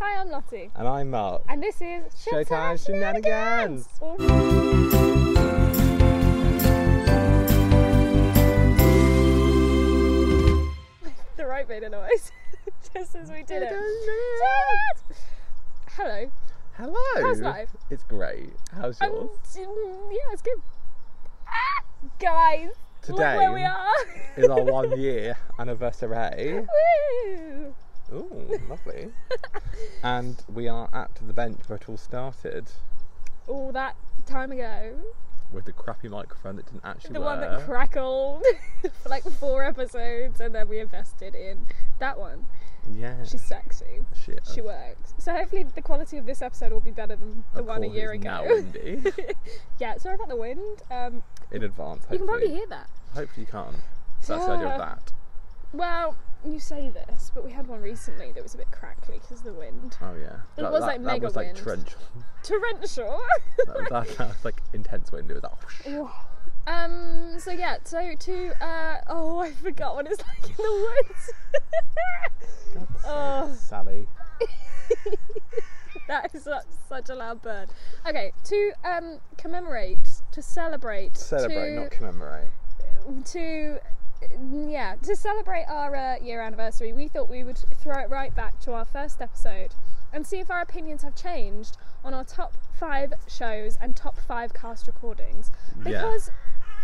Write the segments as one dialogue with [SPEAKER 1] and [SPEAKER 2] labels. [SPEAKER 1] Hi, I'm Lottie,
[SPEAKER 2] And I'm Mark.
[SPEAKER 1] and this is
[SPEAKER 2] Showtime Shenanigans!
[SPEAKER 1] Shenanigans. the right made a noise just as we did it. Yes! Hello.
[SPEAKER 2] Hello!
[SPEAKER 1] How's life?
[SPEAKER 2] It's great. How's
[SPEAKER 1] Um,
[SPEAKER 2] yours?
[SPEAKER 1] t- mm, yeah, it's good. Ah, guys, look where we
[SPEAKER 2] Today
[SPEAKER 1] are.
[SPEAKER 2] is our one year anniversary.
[SPEAKER 1] Woo!
[SPEAKER 2] Ooh, lovely. and we are at the bench where it all started
[SPEAKER 1] All that time ago,
[SPEAKER 2] with the crappy microphone that didn't actually
[SPEAKER 1] the one
[SPEAKER 2] work.
[SPEAKER 1] that crackled for like four episodes, and then we invested in that one.
[SPEAKER 2] yeah.
[SPEAKER 1] She's sexy.
[SPEAKER 2] she, is.
[SPEAKER 1] She works. So hopefully the quality of this episode will be better than the
[SPEAKER 2] Of
[SPEAKER 1] one a
[SPEAKER 2] course,
[SPEAKER 1] year
[SPEAKER 2] it's
[SPEAKER 1] ago.
[SPEAKER 2] Now windy.
[SPEAKER 1] yeah, sorry about the wind. Um,
[SPEAKER 2] In advance, hopefully.
[SPEAKER 1] you can probably hear that.
[SPEAKER 2] Hopefully you can. That's the idea
[SPEAKER 1] Yeah.
[SPEAKER 2] of that.
[SPEAKER 1] Well, you say this, but we had one recently that was a bit crackly because of the wind.
[SPEAKER 2] Oh yeah.
[SPEAKER 1] It
[SPEAKER 2] that,
[SPEAKER 1] was
[SPEAKER 2] that,
[SPEAKER 1] like
[SPEAKER 2] that
[SPEAKER 1] mega
[SPEAKER 2] was like
[SPEAKER 1] wind.
[SPEAKER 2] torrential.
[SPEAKER 1] Torrential.
[SPEAKER 2] that, that, that was like intense wind. It was like whoosh.
[SPEAKER 1] um. So yeah. So to uh. Oh, I forgot what it's like in the woods. Oh.
[SPEAKER 2] God's sake,
[SPEAKER 1] Ugh.
[SPEAKER 2] Sally.
[SPEAKER 1] that is such, such a loud bird. Okay. To um commemorate, to celebrate,
[SPEAKER 2] Celebrate,
[SPEAKER 1] to,
[SPEAKER 2] not commemorate.
[SPEAKER 1] to yeah to celebrate our uh, year anniversary we thought we would throw it right back to our first episode and see if our opinions have changed on our top five shows and top five cast recordings because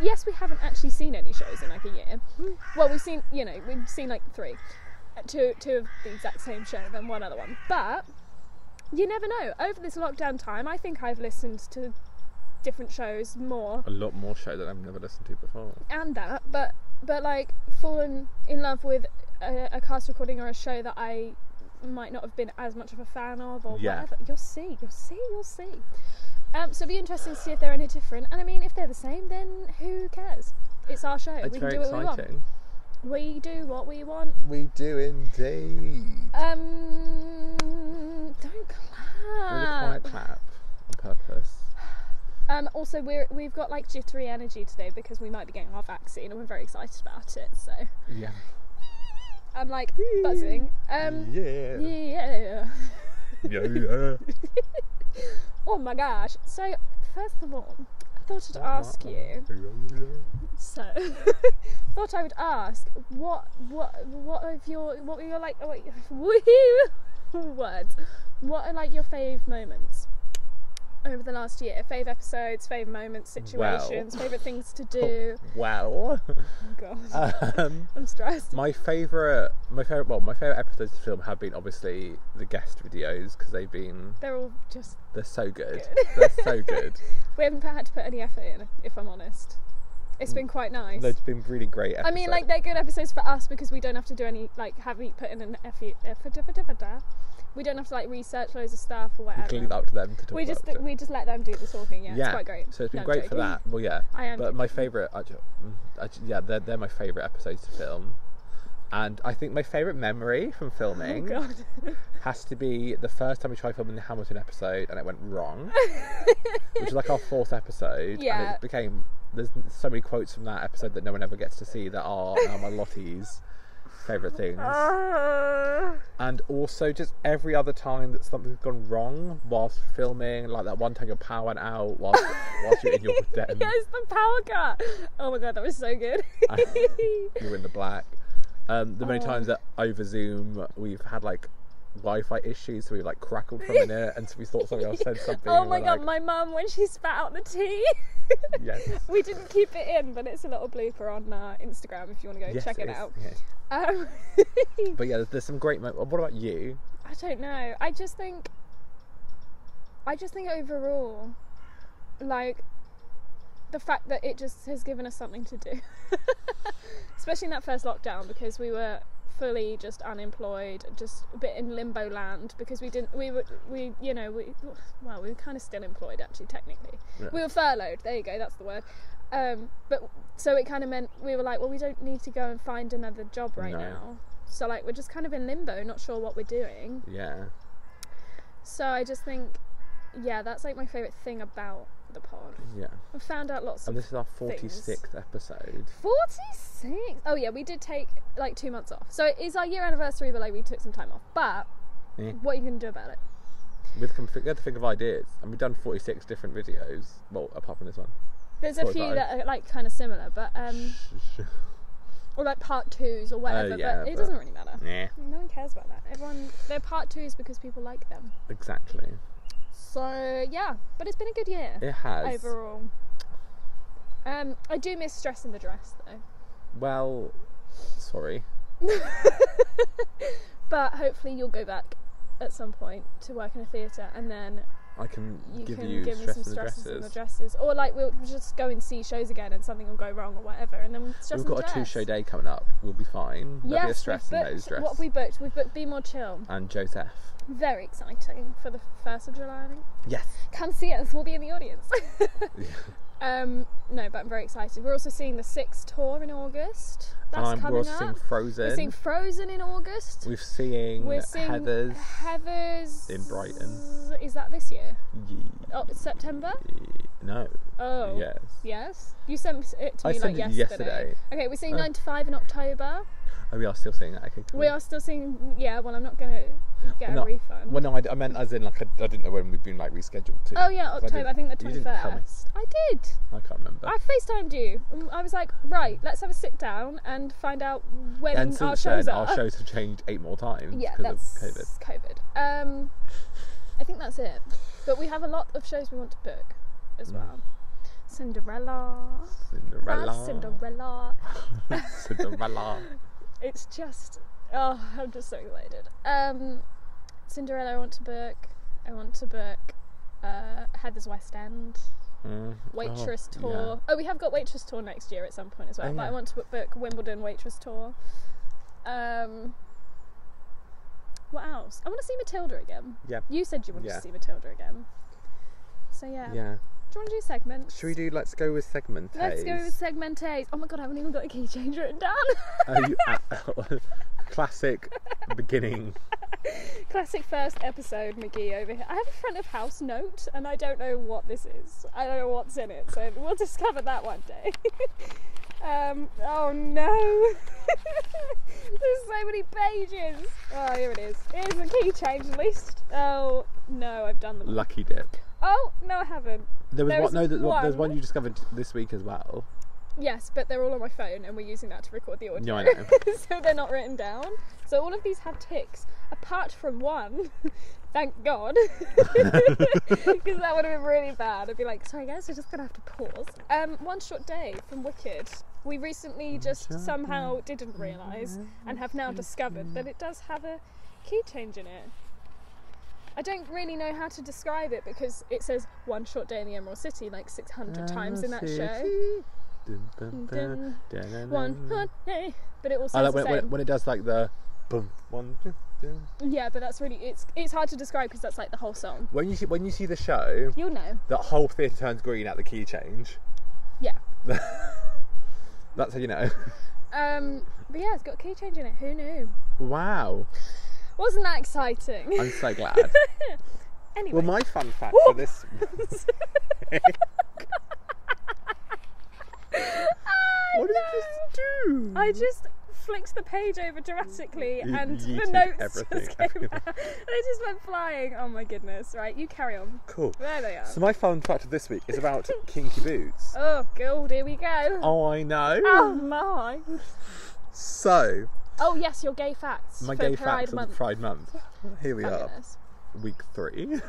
[SPEAKER 1] yes we haven't actually seen any shows in like a year well we've seen you know we've seen like three uh, two two of the exact same show and then one other one but you never know over this lockdown time i think i've listened to different shows more
[SPEAKER 2] a lot more show that I've never listened to before.
[SPEAKER 1] and that, but but like fallen in love with a, a cast recording or a show that I might not have been as much of a fan of or
[SPEAKER 2] Yeah.
[SPEAKER 1] whatever. You'll see, you'll see, you'll see. Um, so it'll be interesting to see if they're any different. And I mean, if they're the same, then who cares? It's our show.
[SPEAKER 2] It's
[SPEAKER 1] we can
[SPEAKER 2] very
[SPEAKER 1] do what
[SPEAKER 2] exciting.
[SPEAKER 1] we want. We do what we want.
[SPEAKER 2] We do indeed.
[SPEAKER 1] Um, don't
[SPEAKER 2] With a quiet
[SPEAKER 1] clap.
[SPEAKER 2] clap on purpose.
[SPEAKER 1] Um, also, we're, we've got like jittery energy today because we might be getting our vaccine and we're very excited about it. So
[SPEAKER 2] Yeah.
[SPEAKER 1] I'm like buzzing. Um,
[SPEAKER 2] yeah.
[SPEAKER 1] Yeah.
[SPEAKER 2] Yeah, yeah.
[SPEAKER 1] Oh my gosh. So, first of all, I thought I'd ask you. So, thought I would ask what what what of your what were your like what, woohoo words? What are like your fave moments over the last year? Fave episodes, fave moments,
[SPEAKER 2] Well.
[SPEAKER 1] situations, favorite things to do.
[SPEAKER 2] Well,
[SPEAKER 1] Oh, God,
[SPEAKER 2] um,
[SPEAKER 1] I'm stressed.
[SPEAKER 2] my favorite, my favorite, well, my favorite episodes of the film have been obviously the guest videos because they've been
[SPEAKER 1] They're all just.
[SPEAKER 2] they're so good.
[SPEAKER 1] Good.
[SPEAKER 2] they're so good.
[SPEAKER 1] We haven't had to put any effort in, if I'm honest. It's been quite nice.
[SPEAKER 2] They've been really great.
[SPEAKER 1] I
[SPEAKER 2] Episodes.
[SPEAKER 1] mean, like they're good episodes for us because we don't have to do any like have we put in an effort, effort, effort, effort, effort. We don't have to like research loads of stuff or
[SPEAKER 2] we can leave
[SPEAKER 1] whatever.
[SPEAKER 2] that up to them to talk
[SPEAKER 1] We just
[SPEAKER 2] about. it.
[SPEAKER 1] we just let them do the talking. Yeah, it's quite great.
[SPEAKER 2] So it's been
[SPEAKER 1] No, I'm
[SPEAKER 2] great for
[SPEAKER 1] joking.
[SPEAKER 2] that. Well, yeah.
[SPEAKER 1] I am
[SPEAKER 2] But my favourite, actually, mm, actually, yeah, they're, they're my favourite episodes to film. And I think my favourite memory from
[SPEAKER 1] Oh
[SPEAKER 2] filming
[SPEAKER 1] god.
[SPEAKER 2] has to be the first time we tried filming the Hamilton episode and it went wrong, which is like our fourth episode. And
[SPEAKER 1] Yeah.
[SPEAKER 2] it became, there's so many quotes from that episode that no one ever gets to see that are now my Lottie's favourite things.
[SPEAKER 1] Oh. Ah.
[SPEAKER 2] And also, just every other time that something's gone wrong whilst filming, like that one time your power went out whilst, whilst you're in your den,
[SPEAKER 1] yes, the power cut. Oh my god, that was so good.
[SPEAKER 2] you were in the black. Um, the many
[SPEAKER 1] Oh.
[SPEAKER 2] times that over Zoom we've had like Wi-Fi issues, so we like crackled for a minute, and so we thought somebody else said something.
[SPEAKER 1] oh
[SPEAKER 2] and
[SPEAKER 1] my
[SPEAKER 2] we're
[SPEAKER 1] god,
[SPEAKER 2] like,
[SPEAKER 1] my mum when she spat out the tea.
[SPEAKER 2] Yes.
[SPEAKER 1] we didn't keep it in, but it's a little blooper on uh, Instagram if you want to go
[SPEAKER 2] yes,
[SPEAKER 1] check it,
[SPEAKER 2] is,
[SPEAKER 1] out.
[SPEAKER 2] yeah.
[SPEAKER 1] Um,
[SPEAKER 2] But yeah, there's, there's some great. Mo- what about you?
[SPEAKER 1] I don't know. I just think. I just think overall, like, the fact that it just has given us something to do, especially in that first lockdown because we were fully just unemployed, just a bit in limbo land because we didn't. We were we you know we well we were kind of still employed actually technically.
[SPEAKER 2] Yeah.
[SPEAKER 1] We were furloughed. There you go. That's the word. Um, but so it kind of meant we were like, well, we don't need to go and find another job right
[SPEAKER 2] No.
[SPEAKER 1] now. So like we're just kind of in limbo, not sure what we're doing.
[SPEAKER 2] Yeah.
[SPEAKER 1] So I just think, yeah, that's like my favourite thing about the pod.
[SPEAKER 2] Yeah.
[SPEAKER 1] I found out lots
[SPEAKER 2] And
[SPEAKER 1] of
[SPEAKER 2] this is our 46th episode.
[SPEAKER 1] 46. Oh yeah, we did take like two months off. So it is our year anniversary, but like we took some time off. But
[SPEAKER 2] Yeah.
[SPEAKER 1] What are you going to do about it?
[SPEAKER 2] With conf- we had to think of ideas, and we've done 46 different videos. Well, apart from this one.
[SPEAKER 1] There's a
[SPEAKER 2] What was
[SPEAKER 1] few
[SPEAKER 2] that?
[SPEAKER 1] that are like kind of similar, but um, or like part twos or whatever.
[SPEAKER 2] Oh, yeah,
[SPEAKER 1] but it
[SPEAKER 2] but-
[SPEAKER 1] doesn't really matter.
[SPEAKER 2] yeah,
[SPEAKER 1] No one cares about that. Everyone, they're part twos because people like them.
[SPEAKER 2] exactly.
[SPEAKER 1] So yeah, but it's been a good year
[SPEAKER 2] It has.
[SPEAKER 1] overall. Um, I do miss stress in the dress though,
[SPEAKER 2] Well, sorry.
[SPEAKER 1] but hopefully you'll go back at some point to work in a theatre, and then
[SPEAKER 2] I can
[SPEAKER 1] you
[SPEAKER 2] give
[SPEAKER 1] can
[SPEAKER 2] you
[SPEAKER 1] give me
[SPEAKER 2] stress
[SPEAKER 1] some
[SPEAKER 2] in the
[SPEAKER 1] stresses
[SPEAKER 2] dresses.
[SPEAKER 1] in the dresses, or like we'll just go and see shows again, and something will go wrong or whatever, and then stress
[SPEAKER 2] We've
[SPEAKER 1] in the
[SPEAKER 2] got a
[SPEAKER 1] dress.
[SPEAKER 2] two-show day coming up. We'll be fine. There'll
[SPEAKER 1] yes,
[SPEAKER 2] be a stress
[SPEAKER 1] we've
[SPEAKER 2] in
[SPEAKER 1] booked
[SPEAKER 2] those dress.
[SPEAKER 1] what have we booked. We've booked Be More Chill.
[SPEAKER 2] And Joseph.
[SPEAKER 1] Very exciting for the first of July. I think.
[SPEAKER 2] Yes.
[SPEAKER 1] Come see us. We'll be in the audience. um, no, but I'm very excited. We're also seeing the Six tour in August. That's
[SPEAKER 2] and we're
[SPEAKER 1] coming
[SPEAKER 2] also
[SPEAKER 1] up.
[SPEAKER 2] seeing Frozen.
[SPEAKER 1] We're seeing Frozen in August.
[SPEAKER 2] We're seeing,
[SPEAKER 1] We're seeing
[SPEAKER 2] Heather's.
[SPEAKER 1] Heather's
[SPEAKER 2] in Brighton.
[SPEAKER 1] Is that this year?
[SPEAKER 2] Ye-
[SPEAKER 1] Oh, it's September.
[SPEAKER 2] No.
[SPEAKER 1] Oh.
[SPEAKER 2] Yes.
[SPEAKER 1] Yes. You sent it to
[SPEAKER 2] I
[SPEAKER 1] me
[SPEAKER 2] sent
[SPEAKER 1] like
[SPEAKER 2] it
[SPEAKER 1] yesterday.
[SPEAKER 2] yesterday.
[SPEAKER 1] Okay, we're seeing
[SPEAKER 2] Oh.
[SPEAKER 1] Nine to Five in October.
[SPEAKER 2] Oh, we are still seeing that. Okay. cool.
[SPEAKER 1] We are still seeing. Yeah. Well, I'm not gonna get
[SPEAKER 2] No.
[SPEAKER 1] a refund.
[SPEAKER 2] Well, no, I, I meant as in like I, I didn't know when we've been like rescheduled to.
[SPEAKER 1] Oh yeah,
[SPEAKER 2] So
[SPEAKER 1] October. I, think the
[SPEAKER 2] you
[SPEAKER 1] twenty
[SPEAKER 2] didn't tell me.
[SPEAKER 1] first. I did.
[SPEAKER 2] I can't remember.
[SPEAKER 1] I FaceTimed you. and I was like, right, let's have a sit down and find out when
[SPEAKER 2] and
[SPEAKER 1] our
[SPEAKER 2] since
[SPEAKER 1] shows
[SPEAKER 2] then,
[SPEAKER 1] are.
[SPEAKER 2] our shows have changed eight more times
[SPEAKER 1] yeah,
[SPEAKER 2] because
[SPEAKER 1] that's
[SPEAKER 2] of COVID.
[SPEAKER 1] COVID. Um, I think that's it. But we have a lot of shows we want to book as
[SPEAKER 2] Mm.
[SPEAKER 1] well. Cinderella. Bad
[SPEAKER 2] Cinderella.
[SPEAKER 1] Cinderella.
[SPEAKER 2] Cinderella.
[SPEAKER 1] It's just, oh, I'm just so excited. Um, Cinderella, I want to book. I want to book uh, Heather's West End.
[SPEAKER 2] Mm.
[SPEAKER 1] waitress
[SPEAKER 2] Oh,
[SPEAKER 1] tour.
[SPEAKER 2] yeah.
[SPEAKER 1] Oh, we have got waitress tour next year at some point as well.
[SPEAKER 2] Oh,
[SPEAKER 1] But I
[SPEAKER 2] yeah.
[SPEAKER 1] want to book- book Wimbledon waitress tour. Um, what else? I want to see Matilda again.
[SPEAKER 2] Yeah.
[SPEAKER 1] You said you wanted
[SPEAKER 2] Yeah.
[SPEAKER 1] to see Matilda again. So yeah.
[SPEAKER 2] Yeah.
[SPEAKER 1] Do you want to do segments?
[SPEAKER 2] Should we do let's go with segment
[SPEAKER 1] Let's go with segment A. Oh my god, I haven't even got a key change written down.
[SPEAKER 2] Are you classic beginning.
[SPEAKER 1] Classic first episode, McGee over here. I have a front of house note, and I don't know what this is. I don't know what's in it, so we'll discover that one day. um, oh no! There's so many pages. Oh, here it is. Here's the key change list. Oh no, I've done them.
[SPEAKER 2] Lucky dip.
[SPEAKER 1] Oh no, I haven't.
[SPEAKER 2] There was
[SPEAKER 1] There
[SPEAKER 2] one. No,
[SPEAKER 1] was
[SPEAKER 2] there's one. there's
[SPEAKER 1] one.
[SPEAKER 2] one you discovered this week as well.
[SPEAKER 1] Yes, but they're all on my phone, and we're using that to record the audio.
[SPEAKER 2] No, I know.
[SPEAKER 1] so they're not written down. So all of these have ticks, apart from one. Thank God, because that would have been really bad. I'd be like, "Sorry guys, we're just gonna have to pause." Um, one short day from Wicked. We recently just
[SPEAKER 2] short
[SPEAKER 1] somehow didn't realise and have now discovered that it does have a key change in it. I don't really know how to describe it because it says one short day in the Emerald City like 600 times in that show.
[SPEAKER 2] Dun, dun, dun, dun,
[SPEAKER 1] One
[SPEAKER 2] dun.
[SPEAKER 1] hot day, but it also
[SPEAKER 2] I like
[SPEAKER 1] the
[SPEAKER 2] when,
[SPEAKER 1] same.
[SPEAKER 2] when, when it does like the boom one. Two, dun.
[SPEAKER 1] Yeah, but that's really it's it's hard to describe because that's like the whole song.
[SPEAKER 2] When you see when you see the show,
[SPEAKER 1] You'll know.
[SPEAKER 2] that whole theatre turns green at the key change.
[SPEAKER 1] Yeah.
[SPEAKER 2] That's how you know.
[SPEAKER 1] Um, but yeah, it's got a key change in it. Who knew?
[SPEAKER 2] Wow,
[SPEAKER 1] Wasn't that exciting?
[SPEAKER 2] I'm so glad.
[SPEAKER 1] anyway,
[SPEAKER 2] well, my fun fact
[SPEAKER 1] Whoa.
[SPEAKER 2] for this What did you just do?
[SPEAKER 1] I just flicked the page over dramatically
[SPEAKER 2] You
[SPEAKER 1] and the
[SPEAKER 2] yeeted
[SPEAKER 1] notes
[SPEAKER 2] everything
[SPEAKER 1] just came out. They just went flying. Oh my goodness! Right, you carry on.
[SPEAKER 2] cool.
[SPEAKER 1] There they are.
[SPEAKER 2] So my fun fact of this week is about kinky boots.
[SPEAKER 1] Oh god, here we go.
[SPEAKER 2] Oh, I know.
[SPEAKER 1] Oh my.
[SPEAKER 2] So
[SPEAKER 1] Oh yes, your gay facts.
[SPEAKER 2] my
[SPEAKER 1] for
[SPEAKER 2] gay
[SPEAKER 1] Pride
[SPEAKER 2] facts of
[SPEAKER 1] month.
[SPEAKER 2] the Pride Month. Here we are,
[SPEAKER 1] Fabulous.
[SPEAKER 2] week three.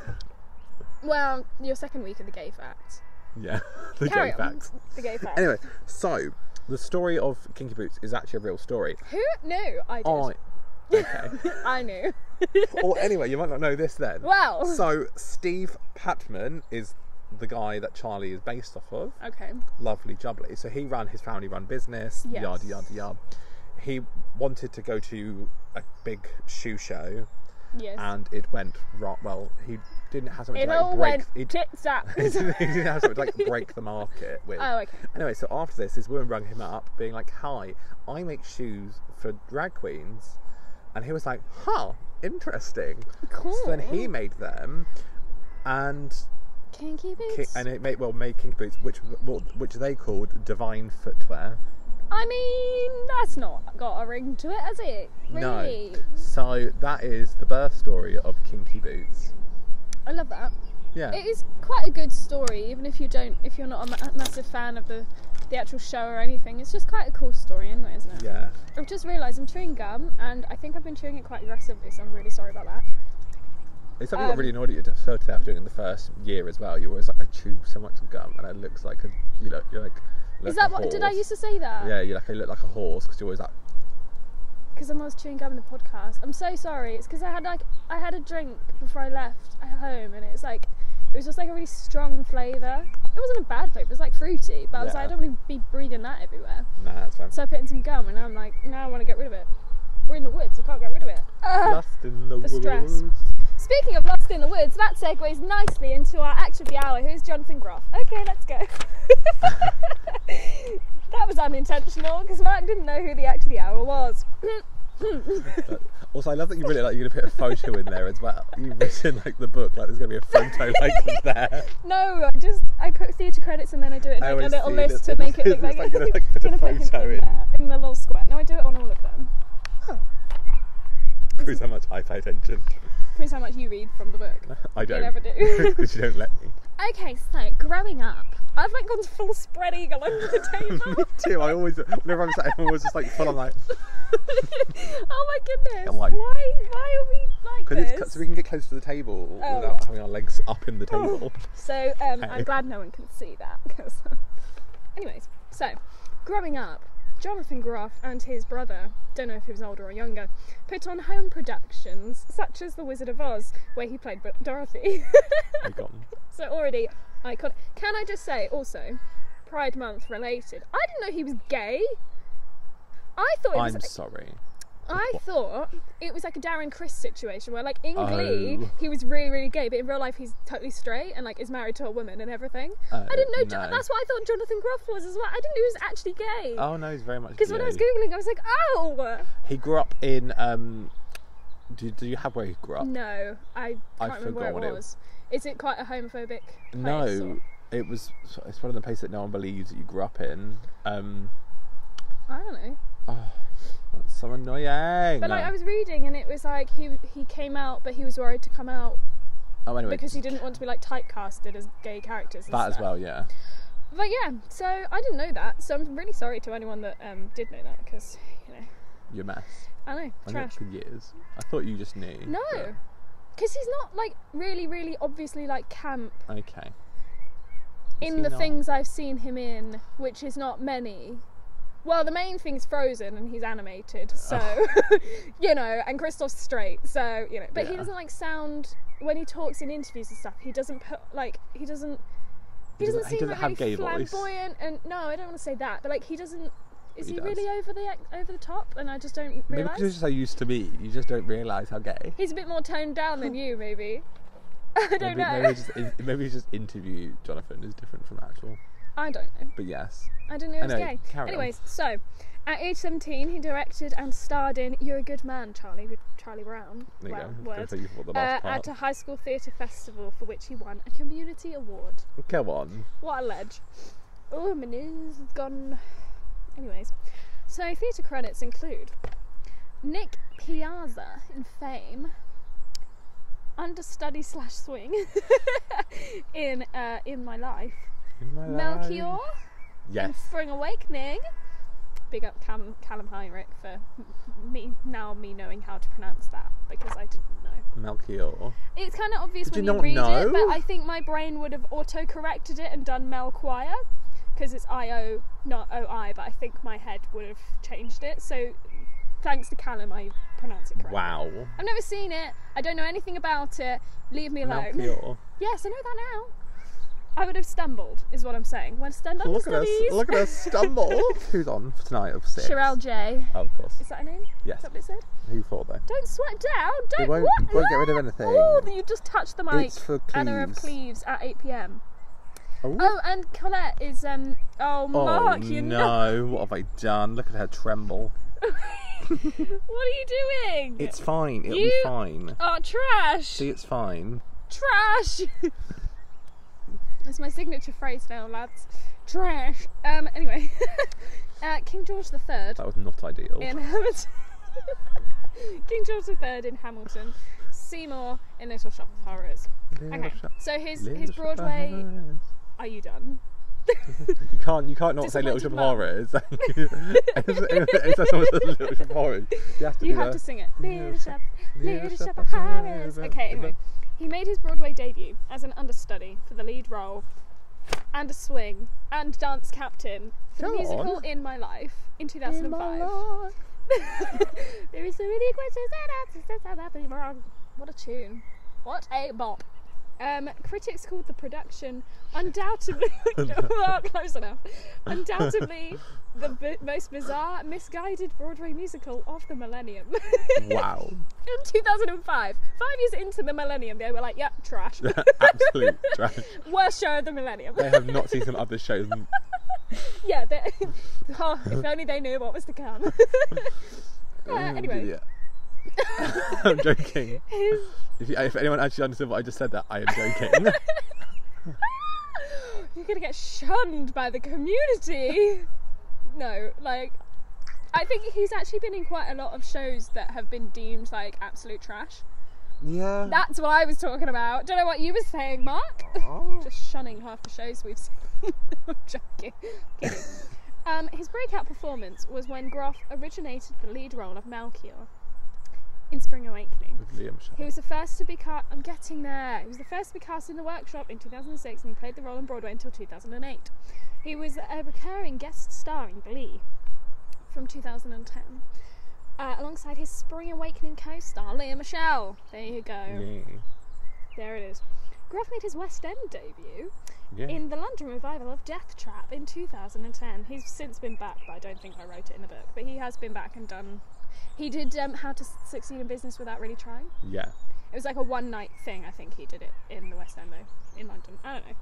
[SPEAKER 1] Well, your second week of the gay facts.
[SPEAKER 2] yeah, the
[SPEAKER 1] Carry
[SPEAKER 2] gay
[SPEAKER 1] on.
[SPEAKER 2] facts.
[SPEAKER 1] The gay facts.
[SPEAKER 2] Anyway, so the story of kinky boots is actually a real story.
[SPEAKER 1] Who knew? I did.
[SPEAKER 2] I okay.
[SPEAKER 1] I knew.
[SPEAKER 2] or anyway, you might not know this then.
[SPEAKER 1] Wow.
[SPEAKER 2] So Steve Patman is the guy that Charlie is based off of.
[SPEAKER 1] okay.
[SPEAKER 2] lovely jubbly. So he ran his family run business,
[SPEAKER 1] Yes.
[SPEAKER 2] yada yada yada. He wanted to go to a big shoe show,
[SPEAKER 1] Yes.
[SPEAKER 2] and it went wrong. Well, he didn't have something
[SPEAKER 1] it
[SPEAKER 2] to like
[SPEAKER 1] all
[SPEAKER 2] break.
[SPEAKER 1] went
[SPEAKER 2] He,
[SPEAKER 1] tits up.
[SPEAKER 2] he didn't he didn't have something to like break the market with.
[SPEAKER 1] oh, okay.
[SPEAKER 2] Anyway, so after this, this woman rung him up, being like, "Hi, I make shoes for drag queens," and he was like, "Huh, interesting."
[SPEAKER 1] Cool.
[SPEAKER 2] So then he made them, and
[SPEAKER 1] Kinky
[SPEAKER 2] ki-
[SPEAKER 1] boots.
[SPEAKER 2] and it made well made kinky boots, which which they called divine footwear.
[SPEAKER 1] I mean, that's not got a ring to it, has it? Really?
[SPEAKER 2] No. So that is the birth story of Kinky Boots.
[SPEAKER 1] I love that.
[SPEAKER 2] Yeah.
[SPEAKER 1] It is quite a good story, even if you don't, if you're not a ma- massive fan of the the actual show or anything. It's just quite a cool story, anyway, isn't it?
[SPEAKER 2] yeah.
[SPEAKER 1] I've just realised I'm chewing gum, and I think I've been chewing it quite aggressively, so I'm really sorry about that.
[SPEAKER 2] It's something that
[SPEAKER 1] Um,
[SPEAKER 2] really annoyed at you to sort of doing the first year as well. You were always like, I chew so much gum, and it looks like a, you know, you're like. you
[SPEAKER 1] Is
[SPEAKER 2] look
[SPEAKER 1] that
[SPEAKER 2] like a
[SPEAKER 1] what? Did I
[SPEAKER 2] horse.
[SPEAKER 1] used to say that?
[SPEAKER 2] Yeah, you like I look like a horse because you're always like,
[SPEAKER 1] Because I'm always chewing gum in the podcast. I'm so sorry. It's because I had like I had a drink before I left at home, and it's like it was just like a really strong flavour. It wasn't a bad flavour. It was like fruity, but I was like, I
[SPEAKER 2] Yeah.
[SPEAKER 1] don't want to be breathing that everywhere.
[SPEAKER 2] nah, that's fine.
[SPEAKER 1] So I put in some gum, and now I'm like, now I want to get rid of it. We're in the woods. I can't get rid of it. Ugh.
[SPEAKER 2] Lost in the,
[SPEAKER 1] uh, the stress.
[SPEAKER 2] woods.
[SPEAKER 1] Speaking of lost in the woods, that segues nicely into our act of the hour. Who's Jonathan Groff? Okay, let's go. that was unintentional because Mark didn't know who the act of the hour was.
[SPEAKER 2] But- Also, I love that you really like you're gonna put a photo in there as well. You've written like the book, like there's gonna be a photo like there.
[SPEAKER 1] No, I just I put theatre credits and then I do it in
[SPEAKER 2] I
[SPEAKER 1] like a
[SPEAKER 2] always
[SPEAKER 1] little
[SPEAKER 2] see that-
[SPEAKER 1] list to make it look
[SPEAKER 2] it's
[SPEAKER 1] like,
[SPEAKER 2] like gonna, like, put a
[SPEAKER 1] Gonna put him
[SPEAKER 2] photo
[SPEAKER 1] in,
[SPEAKER 2] in.
[SPEAKER 1] there, in the little square. No, I do it on all of them.
[SPEAKER 2] Proves how much I pay attention.
[SPEAKER 1] Proves how much you read from the book.
[SPEAKER 2] I don't.
[SPEAKER 1] never do.
[SPEAKER 2] Because you don't let me.
[SPEAKER 1] Okay, so growing up, I've like gone full spread eagle under the
[SPEAKER 2] me
[SPEAKER 1] table.
[SPEAKER 2] too. I always, whenever I'm sat, I'm always just like full on like,
[SPEAKER 1] oh my goodness!
[SPEAKER 2] I'm like-
[SPEAKER 1] why? Why are we like
[SPEAKER 2] because
[SPEAKER 1] this?
[SPEAKER 2] it's cut so we can get close to the table
[SPEAKER 1] Oh,
[SPEAKER 2] without
[SPEAKER 1] yeah.
[SPEAKER 2] having our legs up in the table.
[SPEAKER 1] So um, I'm
[SPEAKER 2] Hey.
[SPEAKER 1] glad no one can see that. 'cause- anyways, so growing up, Jonathan Groff and his brother, don't know if he was older or younger, put on home productions such as The Wizard of Oz, where he played Bo- Dorothy.
[SPEAKER 2] I got
[SPEAKER 1] so already iconic. Can I just say also, Pride Month related? I didn't know he was gay. I thought it was
[SPEAKER 2] I'm sorry.
[SPEAKER 1] I thought it was like a Darren Chris situation where, like, in Glee,
[SPEAKER 2] Oh.
[SPEAKER 1] he was really, really gay, but in real life, he's totally straight and, like, is married to a woman and everything.
[SPEAKER 2] Oh,
[SPEAKER 1] I didn't know. Jo-
[SPEAKER 2] no.
[SPEAKER 1] That's what I thought Jonathan Groff was as well. I didn't know he was actually gay.
[SPEAKER 2] Oh no, he's very much.
[SPEAKER 1] Because when I
[SPEAKER 2] gay.
[SPEAKER 1] was Googling, I was like, oh!
[SPEAKER 2] he grew up in. um do, do you have where he grew up?
[SPEAKER 1] No, I can't
[SPEAKER 2] I
[SPEAKER 1] remember where
[SPEAKER 2] forgot
[SPEAKER 1] it
[SPEAKER 2] what it
[SPEAKER 1] was. Is it quite a homophobic place?
[SPEAKER 2] No, it was. It's one of the places that no one believes that you grew up in. Um,
[SPEAKER 1] or- I don't know.
[SPEAKER 2] oh, that's so annoying.
[SPEAKER 1] But, like,
[SPEAKER 2] No.
[SPEAKER 1] I was reading and it was like he, he came out, but he was worried to come out
[SPEAKER 2] oh, anyway,
[SPEAKER 1] because he didn't want to be, like, typecasted as gay characters. And
[SPEAKER 2] that as
[SPEAKER 1] stuff.
[SPEAKER 2] well. Yeah,
[SPEAKER 1] But yeah, so I didn't know that. So I'm really sorry to anyone that um, did know that because you know
[SPEAKER 2] your mess.
[SPEAKER 1] I know
[SPEAKER 2] I
[SPEAKER 1] trash.
[SPEAKER 2] think for years. I thought you just knew.
[SPEAKER 1] No,
[SPEAKER 2] but-
[SPEAKER 1] because he's not like really, really obviously like camp
[SPEAKER 2] Okay.
[SPEAKER 1] in
[SPEAKER 2] he
[SPEAKER 1] the
[SPEAKER 2] not?
[SPEAKER 1] things I've seen him in, which is not many. Well, the main thing's Frozen, and he's animated,
[SPEAKER 2] Oh.
[SPEAKER 1] so you know, and Kristoff's straight, so you know. But he
[SPEAKER 2] Yeah.
[SPEAKER 1] doesn't like sound when he talks in interviews and stuff. He doesn't put like he doesn't. He,
[SPEAKER 2] He doesn't-
[SPEAKER 1] doesn't,
[SPEAKER 2] he
[SPEAKER 1] seem
[SPEAKER 2] doesn't
[SPEAKER 1] like
[SPEAKER 2] have
[SPEAKER 1] really
[SPEAKER 2] gay voice.
[SPEAKER 1] flamboyant, and no, I don't want to say that, but like he doesn't. Is he,
[SPEAKER 2] He does.
[SPEAKER 1] really over the ac- over the top? And I just don't
[SPEAKER 2] Maybe because you're
[SPEAKER 1] realize.
[SPEAKER 2] so used to me, you just don't realise how gay.
[SPEAKER 1] He's a bit more toned down than you, maybe. I don't
[SPEAKER 2] maybe,
[SPEAKER 1] know.
[SPEAKER 2] Maybe just, in- maybe just interview Jonathan is different from actual.
[SPEAKER 1] I don't know.
[SPEAKER 2] But yes,
[SPEAKER 1] I didn't know it was
[SPEAKER 2] Anyway,
[SPEAKER 1] gay.
[SPEAKER 2] carry on.
[SPEAKER 1] Anyways, so at age 17, he directed and starred in "You're a Good Man, Charlie" with Charlie Brown.
[SPEAKER 2] there you
[SPEAKER 1] well,
[SPEAKER 2] go.
[SPEAKER 1] words.
[SPEAKER 2] Thank you for the
[SPEAKER 1] Uh,
[SPEAKER 2] last part.
[SPEAKER 1] at a high school theatre festival for which he won a community award.
[SPEAKER 2] Come on.
[SPEAKER 1] What a ledge. Oh, my knees have gone. Anyways, so theatre credits include Nick Piazza in Fame, understudy slash swing in uh, In My Life,
[SPEAKER 2] In my
[SPEAKER 1] Melchior
[SPEAKER 2] life.
[SPEAKER 1] in
[SPEAKER 2] Yes.
[SPEAKER 1] Spring Awakening. Big up Callum, Callum Heinrich for m- me now me knowing how to pronounce that because I didn't know.
[SPEAKER 2] Melchior.
[SPEAKER 1] It's kind of obvious when
[SPEAKER 2] Did you
[SPEAKER 1] you,
[SPEAKER 2] not
[SPEAKER 1] read it,
[SPEAKER 2] know?
[SPEAKER 1] but I think my brain would have auto-corrected it and done Mel Choir because it's I O, not O I. But I think my head would have changed it. So thanks to Callum, I pronounce it correctly.
[SPEAKER 2] Wow.
[SPEAKER 1] I've never seen it. I don't know anything about it. Leave me alone.
[SPEAKER 2] Melchior.
[SPEAKER 1] Yes, I know that now. I would have stumbled, is what I'm saying. When stumbled,
[SPEAKER 2] Look at us. Look at us stumble. Who's on for tonight of six?
[SPEAKER 1] Sherelle J.
[SPEAKER 2] Oh, of course.
[SPEAKER 1] Is that her name? Is
[SPEAKER 2] Yes.
[SPEAKER 1] that what it said?
[SPEAKER 2] Who for though?
[SPEAKER 1] Don't sweat it down. Don't.
[SPEAKER 2] won't-
[SPEAKER 1] what?
[SPEAKER 2] it won't get rid of anything.
[SPEAKER 1] Oh, you just touched the mic.
[SPEAKER 2] It's for
[SPEAKER 1] Anna of Cleves at 8 p.m.
[SPEAKER 2] Oh,
[SPEAKER 1] Oh, and Colette is um. Oh,
[SPEAKER 2] Oh,
[SPEAKER 1] Mark, you know.
[SPEAKER 2] no. What have I done? Look at her tremble.
[SPEAKER 1] What are you doing?
[SPEAKER 2] It's fine. It'll
[SPEAKER 1] You-
[SPEAKER 2] be fine.
[SPEAKER 1] oh, trash.
[SPEAKER 2] See, it's fine.
[SPEAKER 1] trash. That's my signature phrase now, lads. Trash. Um. Anyway, Uh, King George III
[SPEAKER 2] That was not ideal.
[SPEAKER 1] in Hamilton. King George III in Hamilton. Seymour in Little Shop of Horrors.
[SPEAKER 2] Little
[SPEAKER 1] Okay,
[SPEAKER 2] shop-
[SPEAKER 1] so his
[SPEAKER 2] little
[SPEAKER 1] his
[SPEAKER 2] shop of
[SPEAKER 1] Broadway.
[SPEAKER 2] horrors.
[SPEAKER 1] Are you done?
[SPEAKER 2] You can't, you can't not say Little Shop
[SPEAKER 1] Disappointed
[SPEAKER 2] of
[SPEAKER 1] Mum.
[SPEAKER 2] Horrors. it's not someone says Little Shop of Horrors. You have to,
[SPEAKER 1] You
[SPEAKER 2] do
[SPEAKER 1] have
[SPEAKER 2] that.
[SPEAKER 1] to sing it.
[SPEAKER 2] Little
[SPEAKER 1] Little
[SPEAKER 2] Shop-
[SPEAKER 1] Shop,
[SPEAKER 2] Little
[SPEAKER 1] Little
[SPEAKER 2] Shop
[SPEAKER 1] Shop
[SPEAKER 2] of
[SPEAKER 1] of Horrors.
[SPEAKER 2] Horrors.
[SPEAKER 1] Okay, anyway, he made his Broadway debut as an understudy for the lead role and a swing and dance captain for
[SPEAKER 2] Go
[SPEAKER 1] the musical
[SPEAKER 2] on.
[SPEAKER 1] In My Life in
[SPEAKER 2] In
[SPEAKER 1] 2005.
[SPEAKER 2] my life.
[SPEAKER 1] there is so many questions and answers that's how badly wrong. What a tune. What a bop. Um, critics called the production undoubtedly well, close enough. Undoubtedly the bi- most bizarre, misguided Broadway musical of the millennium.
[SPEAKER 2] Wow.
[SPEAKER 1] In 2005, five years into the millennium, they were like, "Yep, trash.
[SPEAKER 2] Absolute trash.
[SPEAKER 1] Worst show of the millennium."
[SPEAKER 2] They have not seen some other shows.
[SPEAKER 1] Uh, yeah, they, oh, if only they knew what was to come. Uh,
[SPEAKER 2] Mm,
[SPEAKER 1] anyway,
[SPEAKER 2] Yeah. I'm joking.
[SPEAKER 1] his
[SPEAKER 2] If, you, if anyone actually understood what I just said, that I am joking.
[SPEAKER 1] You're gonna get shunned by the community. no, like I think he's actually been in quite a lot of shows that have been deemed like absolute trash.
[SPEAKER 2] yeah.
[SPEAKER 1] That's what I was talking about. Don't know what you were saying, Mark.
[SPEAKER 2] Oh.
[SPEAKER 1] Just shunning half the shows we've seen. I'm joking. Kidding. Um, his breakout performance was when Groff originated the lead role of Malkiel in Spring Awakening.
[SPEAKER 2] Liam Sharp.
[SPEAKER 1] He was the first to be cast. I'm getting there. He was the first to be cast in the workshop in 2006, and he played the role on Broadway until 2008. He was a recurring guest star in Glee from 2010, uh, alongside his Spring Awakening co-star Leah Michelle. There you go.
[SPEAKER 2] Yeah.
[SPEAKER 1] There it is. Groff made his West End debut
[SPEAKER 2] Yeah.
[SPEAKER 1] in the London revival of Death Trap in 2010. He's since been back, but I don't think I wrote it in the book. But he has been back and done. He did um, How to Succeed in Business Without Really Trying.
[SPEAKER 2] yeah.
[SPEAKER 1] It was like a one night thing, I think he did it in the West End though, in London. I don't know.